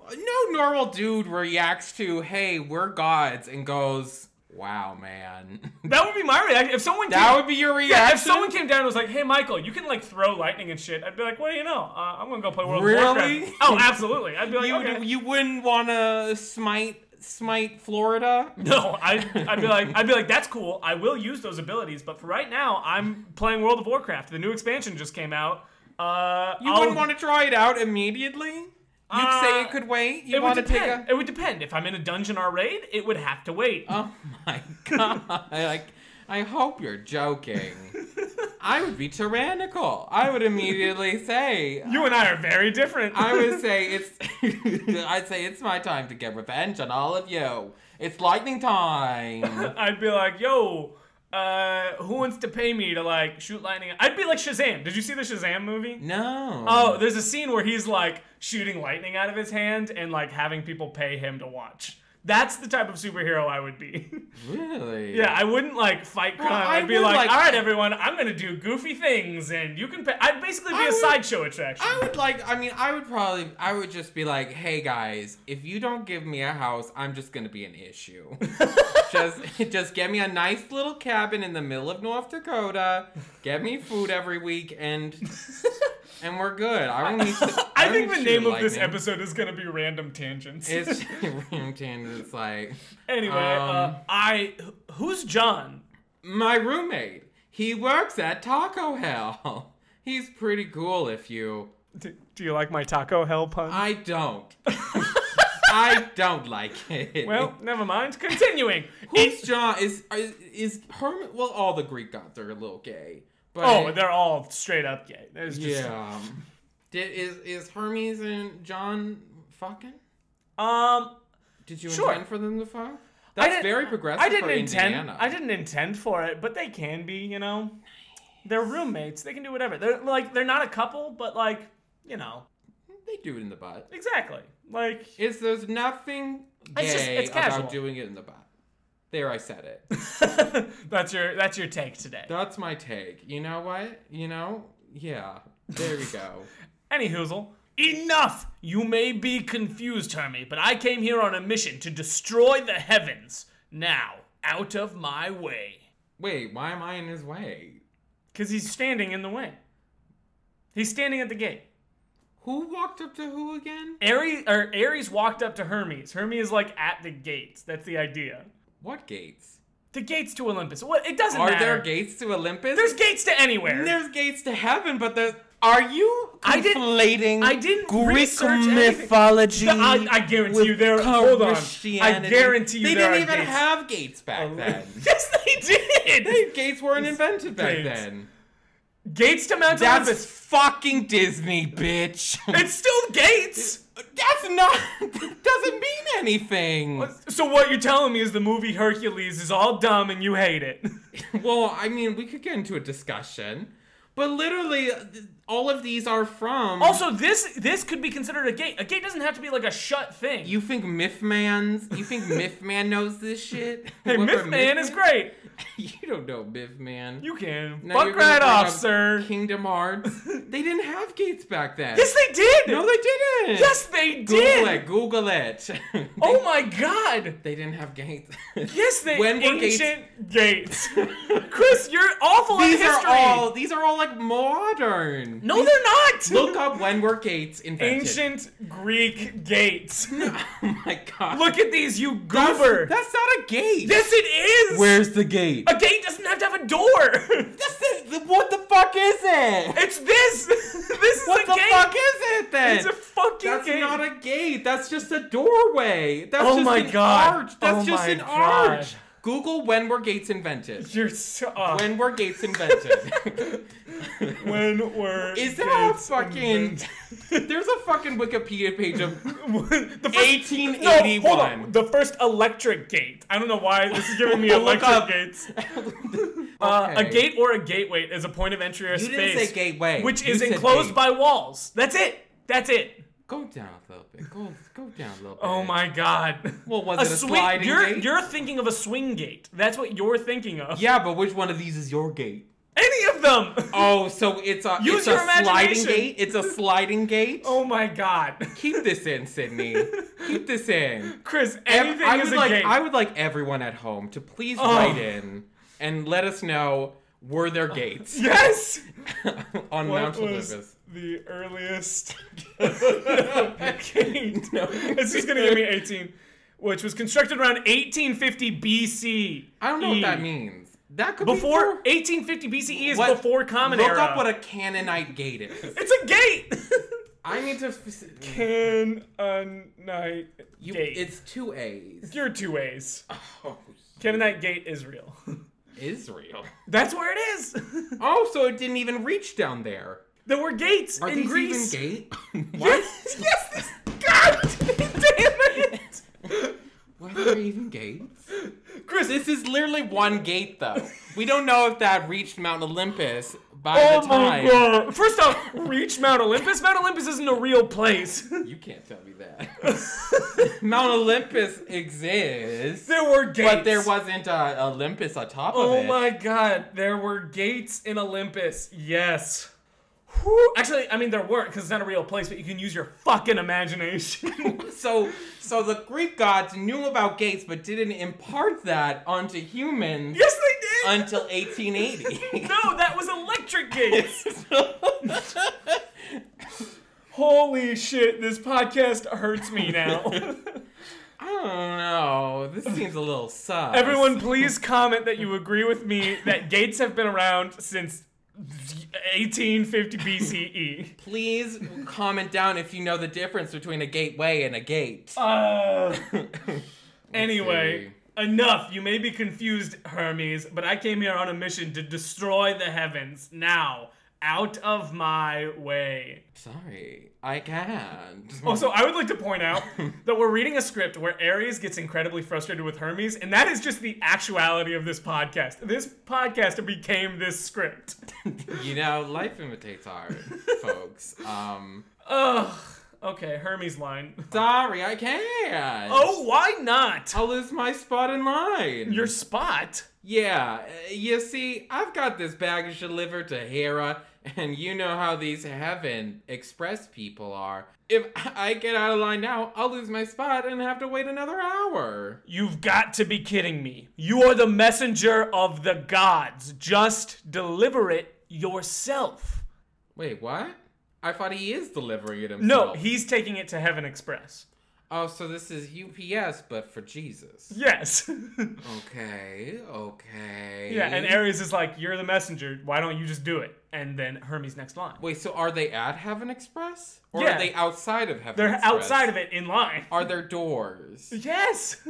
[SPEAKER 1] normal dude reacts to hey we're gods and goes wow man
[SPEAKER 2] that would be my reaction if someone
[SPEAKER 1] that
[SPEAKER 2] came,
[SPEAKER 1] would be your reaction
[SPEAKER 2] yeah, if someone came down and was like, "Hey, Michael, you can like throw lightning and shit," I'd be like, "What do you know? Uh, I'm gonna go play World of
[SPEAKER 1] Really?
[SPEAKER 2] Warcraft." Oh, absolutely. I'd be like,
[SPEAKER 1] you,
[SPEAKER 2] okay.
[SPEAKER 1] you wouldn't want to smite smite florida
[SPEAKER 2] "No, I, I'd be like, I'd be like, that's cool. I will use those abilities, but for right now, I'm playing World of Warcraft. The new expansion just came out. Uh,
[SPEAKER 1] you wouldn't want to try it out immediately you'd say it could wait you
[SPEAKER 2] Uh, It would
[SPEAKER 1] want to take
[SPEAKER 2] depend.
[SPEAKER 1] a
[SPEAKER 2] It would depend. If I'm in a dungeon or raid, it would have to wait.
[SPEAKER 1] oh my god I like i hope you're joking i would be tyrannical i would immediately say
[SPEAKER 2] you and I are very different.
[SPEAKER 1] I would say it's I'd say it's my time to get revenge on all of you. It's lightning time.
[SPEAKER 2] I'd be like, yo, uh, who wants to pay me to like shoot lightning? I'd be like Shazam. Did you see the Shazam movie?
[SPEAKER 1] No.
[SPEAKER 2] Oh, there's a scene where he's like shooting lightning out of his hand and like having people pay him to watch. That's the type of superhero I would be.
[SPEAKER 1] really?
[SPEAKER 2] yeah, I wouldn't like fight crime.
[SPEAKER 1] I
[SPEAKER 2] I'd be
[SPEAKER 1] would
[SPEAKER 2] like,
[SPEAKER 1] like-
[SPEAKER 2] all right, everyone, I'm gonna do goofy things and you can pay. I'd basically be
[SPEAKER 1] I
[SPEAKER 2] a
[SPEAKER 1] would-
[SPEAKER 2] sideshow attraction.
[SPEAKER 1] I would like I mean I would probably I would just be like, "Hey guys, if you don't give me a house, I'm just going to be an issue. just just get me a nice little cabin in the middle of North Dakota. Get me food every week and and we're good. I won't need to,
[SPEAKER 2] I
[SPEAKER 1] think
[SPEAKER 2] think the
[SPEAKER 1] shoot
[SPEAKER 2] name of this
[SPEAKER 1] lightning.
[SPEAKER 2] episode is gonna be Random Tangents.
[SPEAKER 1] It's it's like
[SPEAKER 2] anyway, uh,
[SPEAKER 1] um,
[SPEAKER 2] I wh- who's John?
[SPEAKER 1] my roommate. He works at Taco Hell. He's pretty cool if you.
[SPEAKER 2] Do, do you like my taco hell pun?
[SPEAKER 1] I don't. I don't like it.
[SPEAKER 2] well, never mind. Continuing.
[SPEAKER 1] who's John? Is is, is Herman? Well, all the Greek gods are a little gay. But
[SPEAKER 2] oh, they're all straight up gay. There's just
[SPEAKER 1] yeah. Did is is Hermes and John fucking?
[SPEAKER 2] um
[SPEAKER 1] Did you
[SPEAKER 2] Sure.
[SPEAKER 1] intend for them to fuck?
[SPEAKER 2] I
[SPEAKER 1] That's
[SPEAKER 2] didn't-
[SPEAKER 1] very progressive.
[SPEAKER 2] I didn't
[SPEAKER 1] for
[SPEAKER 2] intend.
[SPEAKER 1] Indiana.
[SPEAKER 2] I didn't intend for it, but they can be. You know, they're roommates. They can do whatever. They're like they're not a couple, but like you know
[SPEAKER 1] They do it in the butt.
[SPEAKER 2] exactly. Like
[SPEAKER 1] It's there's nothing gay
[SPEAKER 2] It's just- it's casual.
[SPEAKER 1] about doing it in the butt. There, I said it.
[SPEAKER 2] that's your that's your take today.
[SPEAKER 1] That's my take. You know what? You know, yeah. There we go.
[SPEAKER 2] Any hoozle. Enough! You may be confused, Hermie, but I came here on a mission to destroy the heavens. Now, out of my way.
[SPEAKER 1] Wait, why am I in his way?
[SPEAKER 2] Because he's standing in the way. He's standing at the gate.
[SPEAKER 1] Who walked up to who again?
[SPEAKER 2] Ares, or Ares walked up to Hermes. Hermes is like at the gates. That's the idea.
[SPEAKER 1] What gates?
[SPEAKER 2] The gates to Olympus. What? It doesn't
[SPEAKER 1] Are
[SPEAKER 2] matter.
[SPEAKER 1] there gates to Olympus?
[SPEAKER 2] There's gates to anywhere.
[SPEAKER 1] There's gates to heaven, but there's. Are you
[SPEAKER 2] I didn't-
[SPEAKER 1] conflating
[SPEAKER 2] I didn't
[SPEAKER 1] Greek
[SPEAKER 2] research anything.
[SPEAKER 1] mythology?
[SPEAKER 2] The- I- I guarantee
[SPEAKER 1] with
[SPEAKER 2] you there- hold on. I
[SPEAKER 1] Christianity?
[SPEAKER 2] guarantee you
[SPEAKER 1] they
[SPEAKER 2] there
[SPEAKER 1] didn't
[SPEAKER 2] are
[SPEAKER 1] even
[SPEAKER 2] gates.
[SPEAKER 1] have gates back then.
[SPEAKER 2] yes, they did.
[SPEAKER 1] They- gates weren't invented back
[SPEAKER 2] Gates.
[SPEAKER 1] then.
[SPEAKER 2] gates to Mount
[SPEAKER 1] That's
[SPEAKER 2] Olympus.
[SPEAKER 1] fucking Disney, bitch.
[SPEAKER 2] It's still gates.
[SPEAKER 1] That's not. That doesn't mean anything.
[SPEAKER 2] So what you're telling me is the movie Hercules is all dumb and you hate it.
[SPEAKER 1] Well, I mean, we could get into a discussion, but literally, uh, th- all of these are from.
[SPEAKER 2] also, this this could be considered a gate. A gate doesn't have to be like a shut thing.
[SPEAKER 1] You think Mythman's? You think Mythman knows this shit?
[SPEAKER 2] hey, Myth Man is great.
[SPEAKER 1] You don't know Mythman.
[SPEAKER 2] You can
[SPEAKER 1] Now you're gonna
[SPEAKER 2] fuck right
[SPEAKER 1] bring
[SPEAKER 2] off,
[SPEAKER 1] up
[SPEAKER 2] sir.
[SPEAKER 1] Kingdom Hearts. they didn't have gates back then.
[SPEAKER 2] Yes, they did.
[SPEAKER 1] no, they didn't.
[SPEAKER 2] yes, they
[SPEAKER 1] Google
[SPEAKER 2] did.
[SPEAKER 1] it. Google it. they,
[SPEAKER 2] Oh my God.
[SPEAKER 1] they didn't have gates.
[SPEAKER 2] Yes, they
[SPEAKER 1] When were gates-
[SPEAKER 2] ancient gates. Chris, you're awful
[SPEAKER 1] These
[SPEAKER 2] at
[SPEAKER 1] are
[SPEAKER 2] history.
[SPEAKER 1] all. These are all like modern.
[SPEAKER 2] no, they're not.
[SPEAKER 1] Look up when were gates invented.
[SPEAKER 2] ancient Greek gates.
[SPEAKER 1] Oh my god.
[SPEAKER 2] Look at these, you
[SPEAKER 1] that's,
[SPEAKER 2] goober.
[SPEAKER 1] that's not a gate.
[SPEAKER 2] yes, it is.
[SPEAKER 1] the gate?
[SPEAKER 2] a gate doesn't have to have a door.
[SPEAKER 1] This is, what the fuck is it?
[SPEAKER 2] It's this! this is
[SPEAKER 1] What
[SPEAKER 2] a
[SPEAKER 1] the
[SPEAKER 2] gate!
[SPEAKER 1] fuck is it then?
[SPEAKER 2] It's a fucking
[SPEAKER 1] That's
[SPEAKER 2] gate!
[SPEAKER 1] not a gate. That's just a doorway. That's
[SPEAKER 2] Oh
[SPEAKER 1] just
[SPEAKER 2] my
[SPEAKER 1] an
[SPEAKER 2] God.
[SPEAKER 1] arch. That's
[SPEAKER 2] Oh
[SPEAKER 1] just
[SPEAKER 2] my
[SPEAKER 1] an
[SPEAKER 2] God.
[SPEAKER 1] arch. Google when were gates invented?
[SPEAKER 2] You're so. Ah. Uh,
[SPEAKER 1] When were gates invented?
[SPEAKER 2] when were.
[SPEAKER 1] Is there a
[SPEAKER 2] gates
[SPEAKER 1] fucking? There's a fucking Wikipedia page of
[SPEAKER 2] invented? the first,
[SPEAKER 1] 1881.
[SPEAKER 2] No, hold on. The first electric gate. I don't know why this is giving me
[SPEAKER 1] Look
[SPEAKER 2] electric
[SPEAKER 1] up.
[SPEAKER 2] gates. Uh, a
[SPEAKER 1] Okay.
[SPEAKER 2] gate or a gateway is a point of entry or
[SPEAKER 1] You
[SPEAKER 2] space.
[SPEAKER 1] didn't say gateway.
[SPEAKER 2] Which
[SPEAKER 1] You
[SPEAKER 2] is
[SPEAKER 1] said
[SPEAKER 2] enclosed
[SPEAKER 1] gate.
[SPEAKER 2] by walls. That's it. That's it.
[SPEAKER 1] Go down a little bit. Go go down a little bit.
[SPEAKER 2] Oh my god.
[SPEAKER 1] Well, was
[SPEAKER 2] a
[SPEAKER 1] it a
[SPEAKER 2] swing,
[SPEAKER 1] sliding
[SPEAKER 2] you're,
[SPEAKER 1] gate?
[SPEAKER 2] You're thinking of a swing gate. That's what you're thinking of.
[SPEAKER 1] Yeah, but which one of these is your gate?
[SPEAKER 2] Any of them.
[SPEAKER 1] Oh, so it's a
[SPEAKER 2] Use
[SPEAKER 1] it's
[SPEAKER 2] your
[SPEAKER 1] a sliding
[SPEAKER 2] imagination.
[SPEAKER 1] gate. It's a sliding gate.
[SPEAKER 2] Oh my god.
[SPEAKER 1] Keep this in, Sydney. Keep this in.
[SPEAKER 2] Chris,
[SPEAKER 1] Ev-
[SPEAKER 2] anything
[SPEAKER 1] I would
[SPEAKER 2] is a
[SPEAKER 1] like
[SPEAKER 2] gate.
[SPEAKER 1] I would like everyone at home to please
[SPEAKER 2] Oh.
[SPEAKER 1] write in and let us know were there gates
[SPEAKER 2] yes.
[SPEAKER 1] on Mount
[SPEAKER 2] What was
[SPEAKER 1] Olympus.
[SPEAKER 2] the earliest gate?
[SPEAKER 1] No.
[SPEAKER 2] It's just gonna give me 18, which was constructed around 1850 BC.
[SPEAKER 1] I don't know what that means. That could
[SPEAKER 2] E. Before
[SPEAKER 1] be
[SPEAKER 2] 1850 BCE E is
[SPEAKER 1] What-
[SPEAKER 2] before
[SPEAKER 1] for,
[SPEAKER 2] Common
[SPEAKER 1] look
[SPEAKER 2] Era.
[SPEAKER 1] up what a Canaanite gate is.
[SPEAKER 2] it's a gate.
[SPEAKER 1] I need to. f-
[SPEAKER 2] Can a night
[SPEAKER 1] You,
[SPEAKER 2] gate?
[SPEAKER 1] it's two A's.
[SPEAKER 2] You're two ways.
[SPEAKER 1] Oh,
[SPEAKER 2] Can a night gate Israel?
[SPEAKER 1] Israel.
[SPEAKER 2] That's where it is.
[SPEAKER 1] Oh, so it didn't even reach down there.
[SPEAKER 2] there were gates
[SPEAKER 1] Are
[SPEAKER 2] in
[SPEAKER 1] these
[SPEAKER 2] Greece.
[SPEAKER 1] even gate? what?
[SPEAKER 2] Yes, yes. This, God damn it.
[SPEAKER 1] Why are there even gates?
[SPEAKER 2] Chris,
[SPEAKER 1] This is literally one gate, though. We don't know if that reached Mount Olympus by
[SPEAKER 2] Oh
[SPEAKER 1] the
[SPEAKER 2] my
[SPEAKER 1] time.
[SPEAKER 2] god! First off, reach Mount Olympus. Mount Olympus isn't a real place.
[SPEAKER 1] You can't tell me that. Mount Olympus exists,
[SPEAKER 2] there were gates.
[SPEAKER 1] but there wasn't a Olympus atop of
[SPEAKER 2] Oh
[SPEAKER 1] it.
[SPEAKER 2] my god! There were gates in Olympus. Yes. Whew. Actually, I mean there weren't because it's not a real place, but you can use your fucking imagination.
[SPEAKER 1] So, so the Greek gods knew about gates, but didn't impart that onto humans
[SPEAKER 2] yes, they did.
[SPEAKER 1] until 1880.
[SPEAKER 2] no, that was electric gates. holy shit, this podcast hurts me now.
[SPEAKER 1] I don't know. This seems a little sus.
[SPEAKER 2] Everyone, please comment that you agree with me that gates have been around since 1850 BCE.
[SPEAKER 1] please comment down if you know the difference between a gateway and a gate.
[SPEAKER 2] Uh,
[SPEAKER 1] see.
[SPEAKER 2] anyway, enough. You may be confused, Hermes, but I came here on a mission to destroy the heavens. Now, out of my way.
[SPEAKER 1] Sorry, I can't.
[SPEAKER 2] Also, I would like to point out that we're reading a script where Ares gets incredibly frustrated with Hermes, and that is just the actuality of this podcast. This podcast became this script.
[SPEAKER 1] you know, life imitates art, folks. Um,
[SPEAKER 2] Ugh. Okay, Hermes line.
[SPEAKER 1] sorry, I can't.
[SPEAKER 2] Oh, why not?
[SPEAKER 1] I'll lose my spot in line.
[SPEAKER 2] Your spot?
[SPEAKER 1] Yeah, uh, you see, I've got this baggage delivered to Hera, and you know how these Heaven Express people are. If I get out of line now, I'll lose my spot and have to wait another hour.
[SPEAKER 2] You've got to be kidding me. You are the messenger of the gods. Just deliver it yourself.
[SPEAKER 1] Wait, what? I thought he is delivering it
[SPEAKER 2] No,
[SPEAKER 1] himself.
[SPEAKER 2] he's taking it to Heaven Express.
[SPEAKER 1] Oh, so this is UPS, but for Jesus.
[SPEAKER 2] Yes.
[SPEAKER 1] Okay, okay.
[SPEAKER 2] yeah, and Ares is like, You're the messenger. Why don't you just do it? And then Hermes' next line.
[SPEAKER 1] Wait, so are they at Heaven Express? Or
[SPEAKER 2] Yeah.
[SPEAKER 1] are they outside of Heaven
[SPEAKER 2] They're
[SPEAKER 1] Express?
[SPEAKER 2] outside of it in line.
[SPEAKER 1] Are there doors? it
[SPEAKER 2] Yes.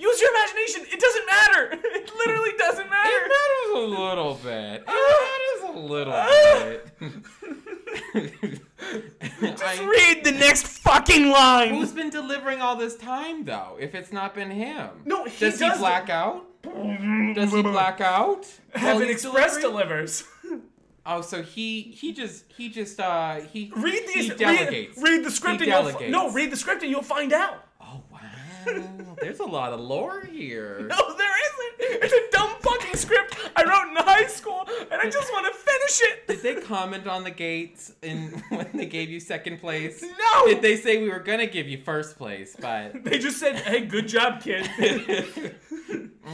[SPEAKER 2] Use your imagination. It doesn't matter. It literally doesn't matter.
[SPEAKER 1] matters a little bit. It matters a little bit.
[SPEAKER 2] Just
[SPEAKER 1] I-
[SPEAKER 2] read the next fucking line.
[SPEAKER 1] who's been delivering all this time, though, if it's not been him?
[SPEAKER 2] No, he
[SPEAKER 1] Does he
[SPEAKER 2] doesn't.
[SPEAKER 1] black out? Does he black out? while
[SPEAKER 2] Heaven
[SPEAKER 1] he's
[SPEAKER 2] Express
[SPEAKER 1] delivering?
[SPEAKER 2] delivers.
[SPEAKER 1] Oh, so he he just he just uh he
[SPEAKER 2] Read these.
[SPEAKER 1] he
[SPEAKER 2] read-
[SPEAKER 1] delegates.
[SPEAKER 2] Read, the script
[SPEAKER 1] He
[SPEAKER 2] and you'll fi-
[SPEAKER 1] delegates.
[SPEAKER 2] no. Read the script and you'll find out.
[SPEAKER 1] Oh wow, there's a lot of lore here.
[SPEAKER 2] No, there isn't. It's a dumb fucking script I wrote in high school, and I just want to finish
[SPEAKER 1] Did they comment on the gates in when they gave you second place?
[SPEAKER 2] it. No.
[SPEAKER 1] Did they say we were gonna give you first place? But
[SPEAKER 2] They just said, "Hey, good job, kid."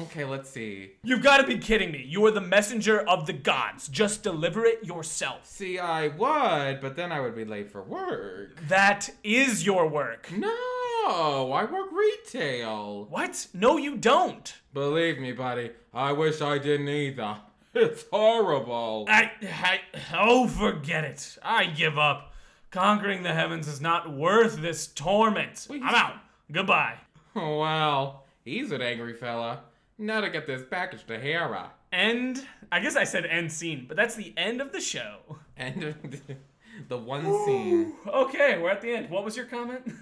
[SPEAKER 1] okay, let's see.
[SPEAKER 2] You've got to be kidding me. You are the messenger of the gods. Just deliver it yourself.
[SPEAKER 1] See, I would, but then I would be late for work.
[SPEAKER 2] That is your work.
[SPEAKER 1] No, I work retail.
[SPEAKER 2] What? No, you don't.
[SPEAKER 1] Believe me, buddy, I wish I didn't either. It's horrible.
[SPEAKER 2] I, I, oh, forget it. I give up. Conquering the heavens is not worth this torment.
[SPEAKER 1] Well, he's-
[SPEAKER 2] I'm out. Goodbye.
[SPEAKER 1] Oh, well, he's an angry fella. Now to get this package to Hera.
[SPEAKER 2] End. I guess I said end scene, but that's the end of the show.
[SPEAKER 1] And the one scene.
[SPEAKER 2] Okay, we're at the end. What was your comment?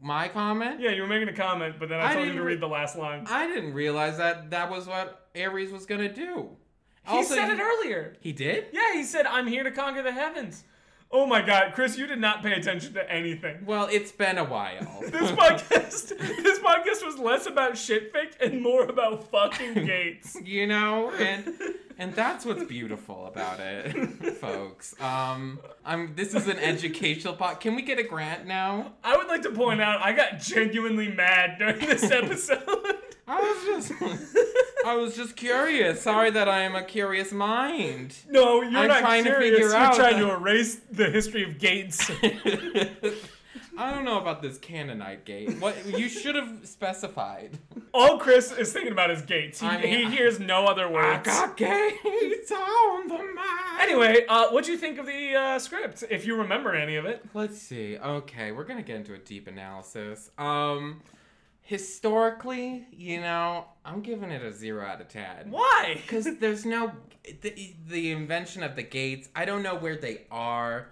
[SPEAKER 1] My comment?
[SPEAKER 2] yeah, you were making a comment, but then I
[SPEAKER 1] I
[SPEAKER 2] told you to
[SPEAKER 1] didn't re-
[SPEAKER 2] read the last line.
[SPEAKER 1] I didn't realize that that was what Ares was gonna do.
[SPEAKER 2] he said it earlier.
[SPEAKER 1] He did?
[SPEAKER 2] Yeah, he said, "I'm here to conquer the heavens." Oh my God, Chris, you did not pay attention to anything.
[SPEAKER 1] Well, it's been a while.
[SPEAKER 2] This podcast, this podcast was less about shitfic and more about fucking gates.
[SPEAKER 1] you know, and and that's what's beautiful about it, folks. Um, I'm. This is an educational pot. Can we get a grant now?
[SPEAKER 2] I would like to point out I got genuinely mad during this episode.
[SPEAKER 1] I was just. I was just curious. Sorry that I am a curious mind.
[SPEAKER 2] no, you're
[SPEAKER 1] I'm
[SPEAKER 2] not
[SPEAKER 1] trying to
[SPEAKER 2] curious.
[SPEAKER 1] figure
[SPEAKER 2] you're
[SPEAKER 1] out
[SPEAKER 2] trying
[SPEAKER 1] that-
[SPEAKER 2] to erase the history of Gates.
[SPEAKER 1] I don't know about this Canaanite gate. What you should have specified.
[SPEAKER 2] All Chris is thinking about is Gates. He,
[SPEAKER 1] I mean,
[SPEAKER 2] he
[SPEAKER 1] I-
[SPEAKER 2] hears no other
[SPEAKER 1] I
[SPEAKER 2] words.
[SPEAKER 1] got gates on the mind.
[SPEAKER 2] Anyway, uh, what'd you think of the uh, script? If you remember any of it,
[SPEAKER 1] Let's see. Okay, we're gonna get into a deep analysis. Um, historically, you know, I'm giving it a zero out of ten.
[SPEAKER 2] why?
[SPEAKER 1] Because there's no the, the invention of the gates. I don't know where they are.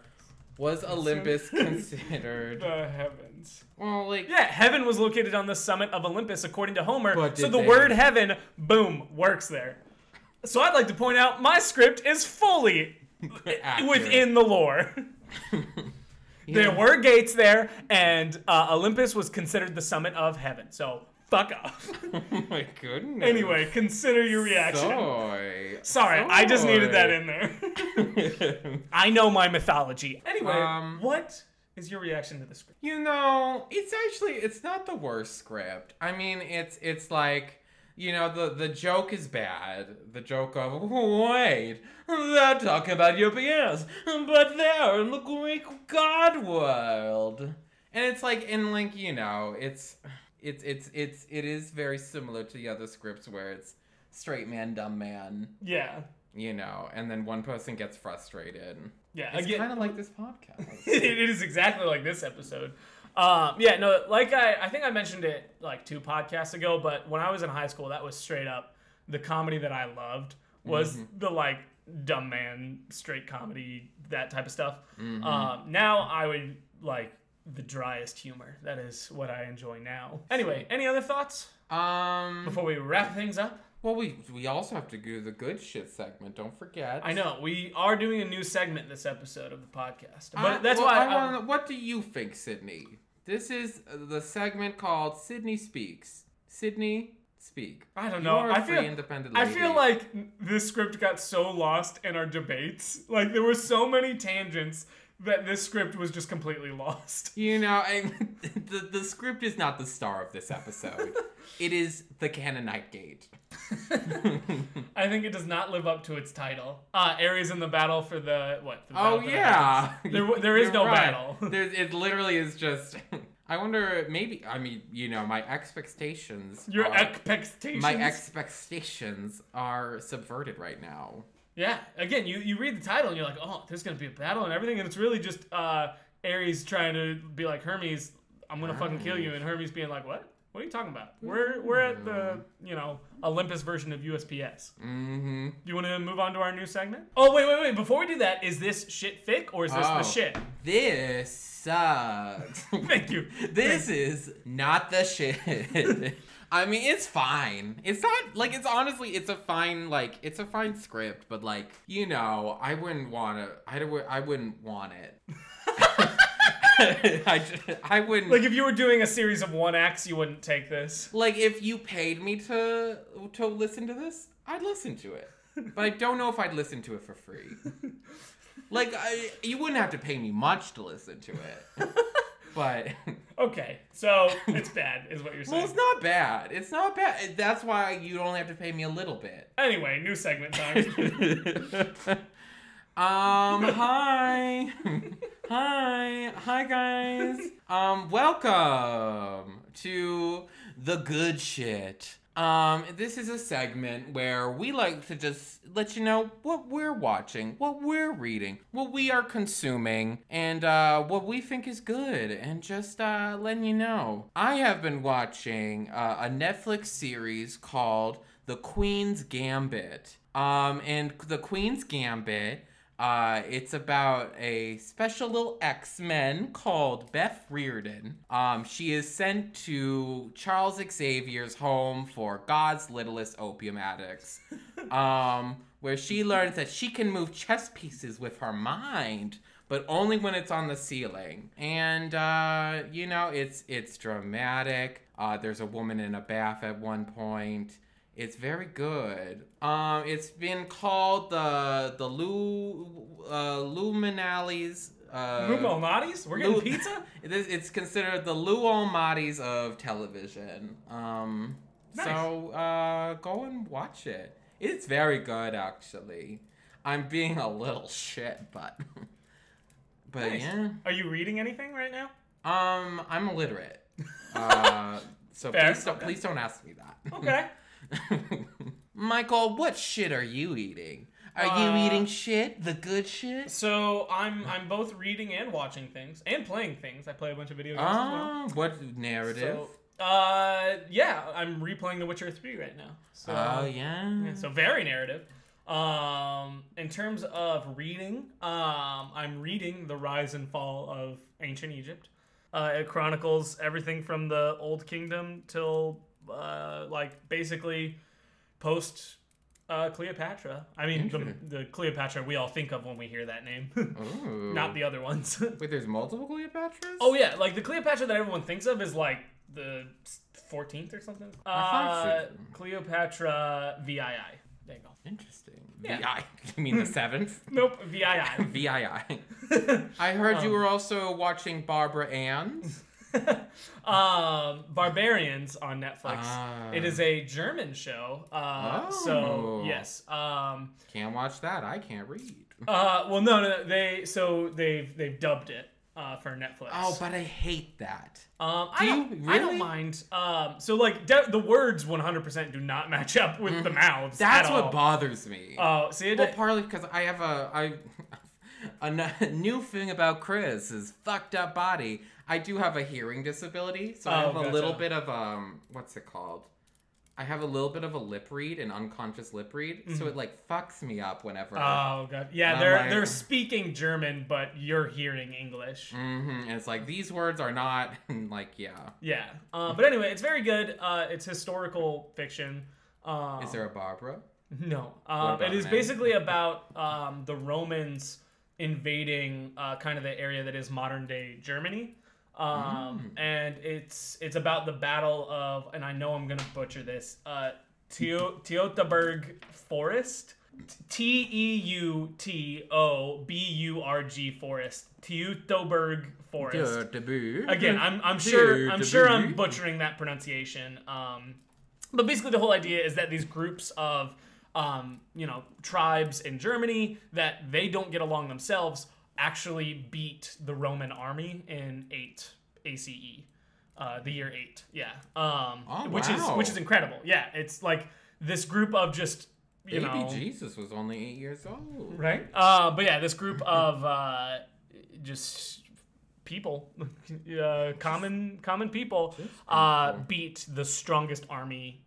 [SPEAKER 1] Was Olympus considered?
[SPEAKER 2] The heavens.
[SPEAKER 1] Well, like
[SPEAKER 2] Yeah, heaven was located on the summit of Olympus, according to Homer.
[SPEAKER 1] But
[SPEAKER 2] so
[SPEAKER 1] did
[SPEAKER 2] the
[SPEAKER 1] they-
[SPEAKER 2] word heaven, boom, works there. So I'd like to point out my script is fully
[SPEAKER 1] accurate.
[SPEAKER 2] within the lore. There were gates there, and uh, Olympus was considered the summit of heaven. So fuck off.
[SPEAKER 1] Oh my goodness.
[SPEAKER 2] anyway, consider your reaction.
[SPEAKER 1] Soy.
[SPEAKER 2] Sorry, I just needed that
[SPEAKER 1] Soy.
[SPEAKER 2] in there. I know my mythology. Anyway,
[SPEAKER 1] Um,
[SPEAKER 2] what is your reaction to the script?
[SPEAKER 1] You know, it's actually it's not the worst script. I mean, it's it's like You know, the, the joke is bad. The joke of, wait, they're talking about your BS, but they're in the Greek god world. And it's like, in like, you know, it's, it's, it's, it's, it is very similar to the other scripts where it's straight man, dumb man,
[SPEAKER 2] Yeah.
[SPEAKER 1] you know, and then one person gets frustrated.
[SPEAKER 2] Yeah.
[SPEAKER 1] It's
[SPEAKER 2] Again,
[SPEAKER 1] kind of like this podcast.
[SPEAKER 2] it is exactly like this episode. Um, yeah, no, like I, I think I mentioned it like two podcasts ago, but when I was in high school, that was straight up the comedy that I loved was
[SPEAKER 1] Mm-hmm.
[SPEAKER 2] the like dumb man straight comedy that type of stuff.
[SPEAKER 1] Mm-hmm.
[SPEAKER 2] Um, now I would like the driest humor. That is what I enjoy now. Anyway, any other thoughts
[SPEAKER 1] um.
[SPEAKER 2] before we wrap things up?
[SPEAKER 1] Well, we we also have to do the good shit segment. Don't forget.
[SPEAKER 2] I know we are doing a new segment this episode of the podcast, but
[SPEAKER 1] I-
[SPEAKER 2] that's
[SPEAKER 1] well,
[SPEAKER 2] why
[SPEAKER 1] I
[SPEAKER 2] I-
[SPEAKER 1] want. What do you think, Sydney? This is the segment called Sydney Speaks. Sydney, speak.
[SPEAKER 2] I don't know.
[SPEAKER 1] You're a
[SPEAKER 2] I feel-
[SPEAKER 1] free, independent.
[SPEAKER 2] I
[SPEAKER 1] lady.
[SPEAKER 2] feel like this script got so lost in our debates. Like there were so many tangents that this script was just completely lost.
[SPEAKER 1] you know. I, the the script is not the star of this episode. it is the Canaanite Gate.
[SPEAKER 2] I think it does not live up to its title. Uh, Ares in the battle for the what? For the
[SPEAKER 1] Oh
[SPEAKER 2] battle for the
[SPEAKER 1] yeah.
[SPEAKER 2] heavens. There, wa- there is
[SPEAKER 1] You're
[SPEAKER 2] no
[SPEAKER 1] right.
[SPEAKER 2] battle.
[SPEAKER 1] There, it literally is just. I wonder. Maybe. I mean, you know, my expectations.
[SPEAKER 2] Your
[SPEAKER 1] are-
[SPEAKER 2] expectations.
[SPEAKER 1] Uh, my expectations are subverted right now.
[SPEAKER 2] Yeah. Again, you you read the title and you're like, oh, there's gonna be a battle and everything, and it's really just uh, Ares trying to be like Hermes, I'm gonna fucking kill you, and Hermes being like, what? What are you talking about? We're we're at the you know Olympus version of USPS.
[SPEAKER 1] Mm-hmm.
[SPEAKER 2] Do you want to move on to our new segment? Oh, wait, wait, wait. Before we do that, is this shit fic or is this the
[SPEAKER 1] Oh.
[SPEAKER 2] shit?
[SPEAKER 1] This sucks.
[SPEAKER 2] Thank you.
[SPEAKER 1] this is not the shit. I mean, it's fine. It's not like it's honestly, it's a fine like it's a fine script, but like you know, I wouldn't want to. I don't. I wouldn't want it. I, ju- I wouldn't
[SPEAKER 2] Like, if you were doing a series of one acts, you wouldn't take this.
[SPEAKER 1] like if you paid me to to listen to this i'd listen to it but i don't know if i'd listen to it for free like I, you wouldn't have to pay me much to listen to it but
[SPEAKER 2] Okay, so it's bad, is what you're saying.
[SPEAKER 1] well it's not bad it's not bad that's why you don't have to pay me a little bit
[SPEAKER 2] anyway, new segment time.
[SPEAKER 1] um hi hi hi guys um welcome to the good shit um this is a segment where we like to just let you know what we're watching what we're reading what we are consuming and uh what we think is good and just uh letting you know i have been watching uh, a netflix series called the queen's gambit um and the queen's gambit uh, it's about a special little X Men called Beth Reardon. Um, she is sent to Charles Xavier's home for God's littlest opium addicts, um, where she learns that she can move chess pieces with her mind, but only when it's on the ceiling. And uh, you know, it's it's dramatic. Uh, there's a woman in a bath at one point. It's very good. Um, it's been called the the Lu uh, Luminales. Uh,
[SPEAKER 2] Blue Malnati's? We're getting
[SPEAKER 1] Lu-
[SPEAKER 2] pizza?
[SPEAKER 1] It is, it's considered the Lou Almaties of television. Um,
[SPEAKER 2] Nice.
[SPEAKER 1] So uh, go and watch it. It's very good, actually. I'm being a little shit, but but
[SPEAKER 2] Nice.
[SPEAKER 1] yeah.
[SPEAKER 2] Are you reading anything right now?
[SPEAKER 1] Um, I'm illiterate. Uh, so
[SPEAKER 2] Fair.
[SPEAKER 1] please don't
[SPEAKER 2] Okay.
[SPEAKER 1] please don't ask me that.
[SPEAKER 2] Okay.
[SPEAKER 1] Michael, what shit are you eating? Are
[SPEAKER 2] Uh,
[SPEAKER 1] you eating shit? The good shit?
[SPEAKER 2] So I'm I'm both reading and watching things and playing things. I play a bunch of video games
[SPEAKER 1] Ah, what
[SPEAKER 2] as
[SPEAKER 1] narrative?
[SPEAKER 2] well. So, uh, yeah, I'm replaying The Witcher 3 right now. So, uh,
[SPEAKER 1] oh yeah.
[SPEAKER 2] Yeah, so very narrative. Um, in terms of reading, um, I'm reading The Rise and Fall of Ancient Egypt. Uh, it chronicles everything from the Old Kingdom till uh, like basically post uh, Cleopatra. I mean, the, the Cleopatra we all think of when we hear that name,
[SPEAKER 1] Oh. Ooh.
[SPEAKER 2] not the other ones.
[SPEAKER 1] Wait, there's multiple Cleopatras?
[SPEAKER 2] oh yeah, like the Cleopatra that everyone thinks of is like the 14th or something.
[SPEAKER 1] thought
[SPEAKER 2] Uh,
[SPEAKER 1] so.
[SPEAKER 2] Cleopatra VII. There you go.
[SPEAKER 1] Interesting.
[SPEAKER 2] Yeah.
[SPEAKER 1] VI. You mean the seventh?
[SPEAKER 2] Nope, VII.
[SPEAKER 1] VII. I heard you were also watching Barbara Ann's.
[SPEAKER 2] um, Barbarians on Netflix.
[SPEAKER 1] Ah.
[SPEAKER 2] It is a German show. Uh, So
[SPEAKER 1] Oh.
[SPEAKER 2] yes. Um,
[SPEAKER 1] Can't watch that. I can't read.
[SPEAKER 2] uh, well, no, no, no, they so they've they've dubbed it uh, for Netflix.
[SPEAKER 1] Oh, but I hate that.
[SPEAKER 2] Um, I,
[SPEAKER 1] Do
[SPEAKER 2] don't,
[SPEAKER 1] you
[SPEAKER 2] I don't
[SPEAKER 1] really?
[SPEAKER 2] mind. Um, so like de- the words 100% do not match up with the mouths.
[SPEAKER 1] Mm-hmm. That's
[SPEAKER 2] at
[SPEAKER 1] what
[SPEAKER 2] all.
[SPEAKER 1] bothers me.
[SPEAKER 2] Oh, see, it,
[SPEAKER 1] well, partly because I have a I a n- new thing about Chris is fucked up body. I do have a hearing disability, so I
[SPEAKER 2] Oh,
[SPEAKER 1] have a little
[SPEAKER 2] gotcha.
[SPEAKER 1] bit of um what's it called? I have a little bit of a lip read, an unconscious lip read,
[SPEAKER 2] Mm-hmm.
[SPEAKER 1] so it like fucks me up whenever.
[SPEAKER 2] oh god, yeah,
[SPEAKER 1] I'm
[SPEAKER 2] they're
[SPEAKER 1] like-
[SPEAKER 2] they're speaking German, but you're hearing English.
[SPEAKER 1] hmm And it's like these words are not like yeah.
[SPEAKER 2] Yeah,
[SPEAKER 1] Hmm.
[SPEAKER 2] uh, but anyway, it's very good. Uh, it's historical fiction. Um,
[SPEAKER 1] Is there a Barbara?
[SPEAKER 2] No, um,
[SPEAKER 1] about
[SPEAKER 2] it is
[SPEAKER 1] men?
[SPEAKER 2] basically about um, the Romans invading uh, kind of the area that is modern day Germany,
[SPEAKER 1] Hmm.
[SPEAKER 2] um, and it's it's about the battle of and I know I'm gonna butcher this uh, Teo- Teotihuacan Forest. T E U T O B U R G Forest, Teutoburg Forest.
[SPEAKER 1] Duh, taboo.
[SPEAKER 2] Again, I'm, I'm sure I'm sure I'm
[SPEAKER 1] Taboo.
[SPEAKER 2] butchering that pronunciation. Um, but basically, the whole idea is that these groups of um, you know tribes in Germany that they don't get along themselves actually beat the Roman army in eight ACE, uh, the year eight. Yeah, um,
[SPEAKER 1] Oh,
[SPEAKER 2] which
[SPEAKER 1] wow.
[SPEAKER 2] is which is incredible. Yeah, it's like this group of just you
[SPEAKER 1] Baby
[SPEAKER 2] know
[SPEAKER 1] Jesus was only eight years old.
[SPEAKER 2] right? Uh, but yeah, this group of uh, just people, uh, common common people, uh, beat the strongest army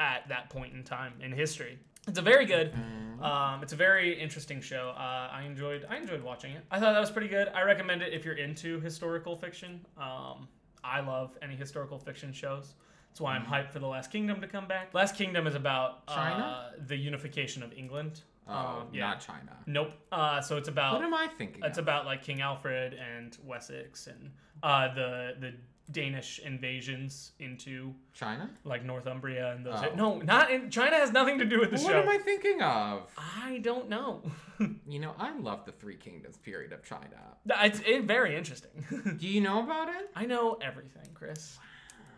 [SPEAKER 2] at that point in time in history. It's a very good.
[SPEAKER 1] Mm-hmm.
[SPEAKER 2] Um, it's a very interesting show. Uh, I enjoyed. I enjoyed watching it. I thought that was pretty good. I recommend it if you're into historical fiction. Um, I love any historical fiction shows. That's why I'm hyped for The Last Kingdom to come back. Last Kingdom is about uh,
[SPEAKER 1] Mm-hmm. China?
[SPEAKER 2] the unification of England.
[SPEAKER 1] Oh,
[SPEAKER 2] Um, yeah.
[SPEAKER 1] not China.
[SPEAKER 2] Nope. Uh, so it's about
[SPEAKER 1] What am I thinking?
[SPEAKER 2] it's
[SPEAKER 1] of?
[SPEAKER 2] about like King Alfred and Wessex and uh, the the Danish invasions into
[SPEAKER 1] China?
[SPEAKER 2] like Northumbria and those.
[SPEAKER 1] Oh.
[SPEAKER 2] No, not in China has nothing to do with the
[SPEAKER 1] What
[SPEAKER 2] show.
[SPEAKER 1] am I thinking of?
[SPEAKER 2] I don't know.
[SPEAKER 1] You know, I love the Three Kingdoms period of China.
[SPEAKER 2] it's it, very interesting.
[SPEAKER 1] Do you know about it?
[SPEAKER 2] I know everything, Chris.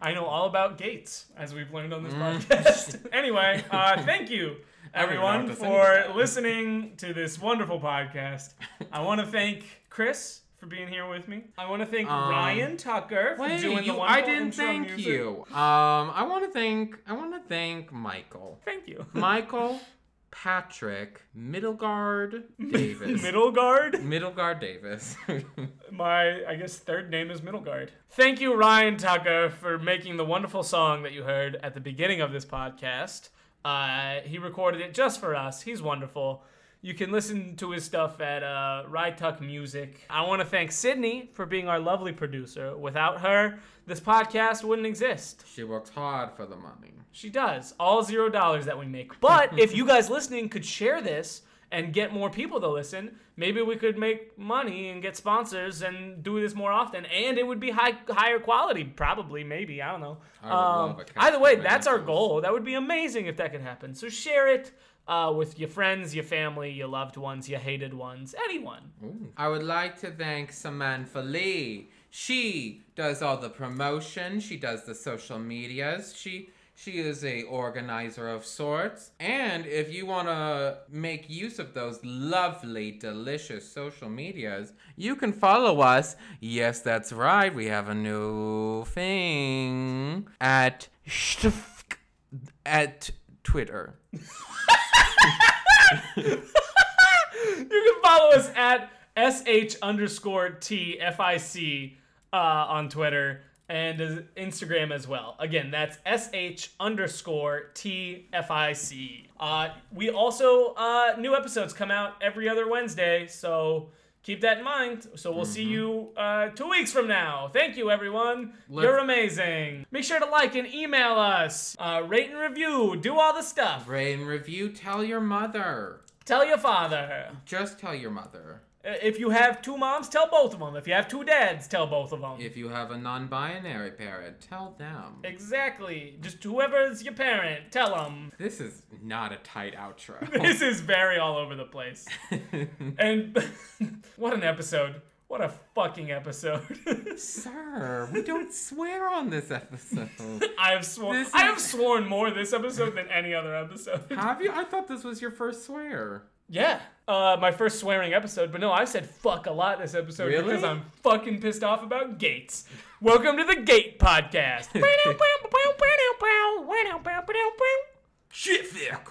[SPEAKER 2] I know all about gates, as we've learned on this podcast. anyway, uh, thank you,
[SPEAKER 1] Mm. I don't even know
[SPEAKER 2] everyone,
[SPEAKER 1] what to
[SPEAKER 2] for
[SPEAKER 1] think about.
[SPEAKER 2] listening to this wonderful podcast. I want to thank Chris for being here with me. I want to thank
[SPEAKER 1] Um,
[SPEAKER 2] Ryan Tucker for
[SPEAKER 1] Wait,
[SPEAKER 2] doing the
[SPEAKER 1] you, I
[SPEAKER 2] wonderful
[SPEAKER 1] didn't
[SPEAKER 2] intro
[SPEAKER 1] thank
[SPEAKER 2] music.
[SPEAKER 1] you. Um, I want to thank. I want to thank Michael,
[SPEAKER 2] Thank you.
[SPEAKER 1] Michael, Patrick, Middleguard, Davis,
[SPEAKER 2] Middleguard.
[SPEAKER 1] Middleguard Davis.
[SPEAKER 2] My, I guess, third name is Middleguard. Thank you, Ryan Tucker, for making the wonderful song that you heard at the beginning of this podcast. Uh, he recorded it just for us. He's wonderful. You can listen to his stuff at uh, Rytuck Music. I want to thank Sydney for being our lovely producer. Without her, this podcast wouldn't exist.
[SPEAKER 1] she works hard for the money.
[SPEAKER 2] She does. All zero dollars that we make. But if you guys listening could share this and get more people to listen, maybe we could make money and get sponsors and do this more often. And it would be high, higher quality, probably, maybe. I don't know.
[SPEAKER 1] I would love
[SPEAKER 2] Um,
[SPEAKER 1] a cast
[SPEAKER 2] either way,
[SPEAKER 1] of
[SPEAKER 2] that's our
[SPEAKER 1] mannequins.
[SPEAKER 2] goal. That would be amazing if that could happen. So share it uh, with your friends, your family, your loved ones, your hated ones, anyone.
[SPEAKER 1] Ooh. I would like to thank Samantha Lee. She does all the promotion. She does the social medias. She she is a organizer of sorts. And if you want to make use of those lovely, delicious social medias, you can follow us. Yes, that's right. We have a new thing at at Twitter.
[SPEAKER 2] You can follow us at sh underscore t f i c uh, on Twitter and uh, Instagram as well. Again, that's sh underscore t f i c. Uh, we also uh, new episodes come out every other Wednesday, so keep that in mind. So we'll see you uh, two weeks from now. Thank you, everyone.
[SPEAKER 1] Let's-
[SPEAKER 2] You're amazing. Make sure to like and email us, uh, rate and review, do all the stuff.
[SPEAKER 1] Rate and review. Tell your mother.
[SPEAKER 2] Tell your father.
[SPEAKER 1] Just tell your mother.
[SPEAKER 2] Uh, If you have two moms, tell both of them. If you have two dads, tell both of them.
[SPEAKER 1] If you have a non binary parent, tell them.
[SPEAKER 2] exactly. Just whoever's your parent, tell them.
[SPEAKER 1] This is not a tight outro.
[SPEAKER 2] This is very all over the place. and what an episode. What a fucking episode.
[SPEAKER 1] Sir, we don't swear on this episode.
[SPEAKER 2] I have sworn
[SPEAKER 1] This
[SPEAKER 2] I
[SPEAKER 1] is-
[SPEAKER 2] have sworn more this episode than any other episode.
[SPEAKER 1] Have you? I thought this was your first swear.
[SPEAKER 2] Yeah. Uh, my first swearing episode, but no, I've said fuck a lot this episode
[SPEAKER 1] Really?
[SPEAKER 2] because I'm fucking pissed off about gates. Welcome to the Gate Podcast.
[SPEAKER 1] Shit, Vic.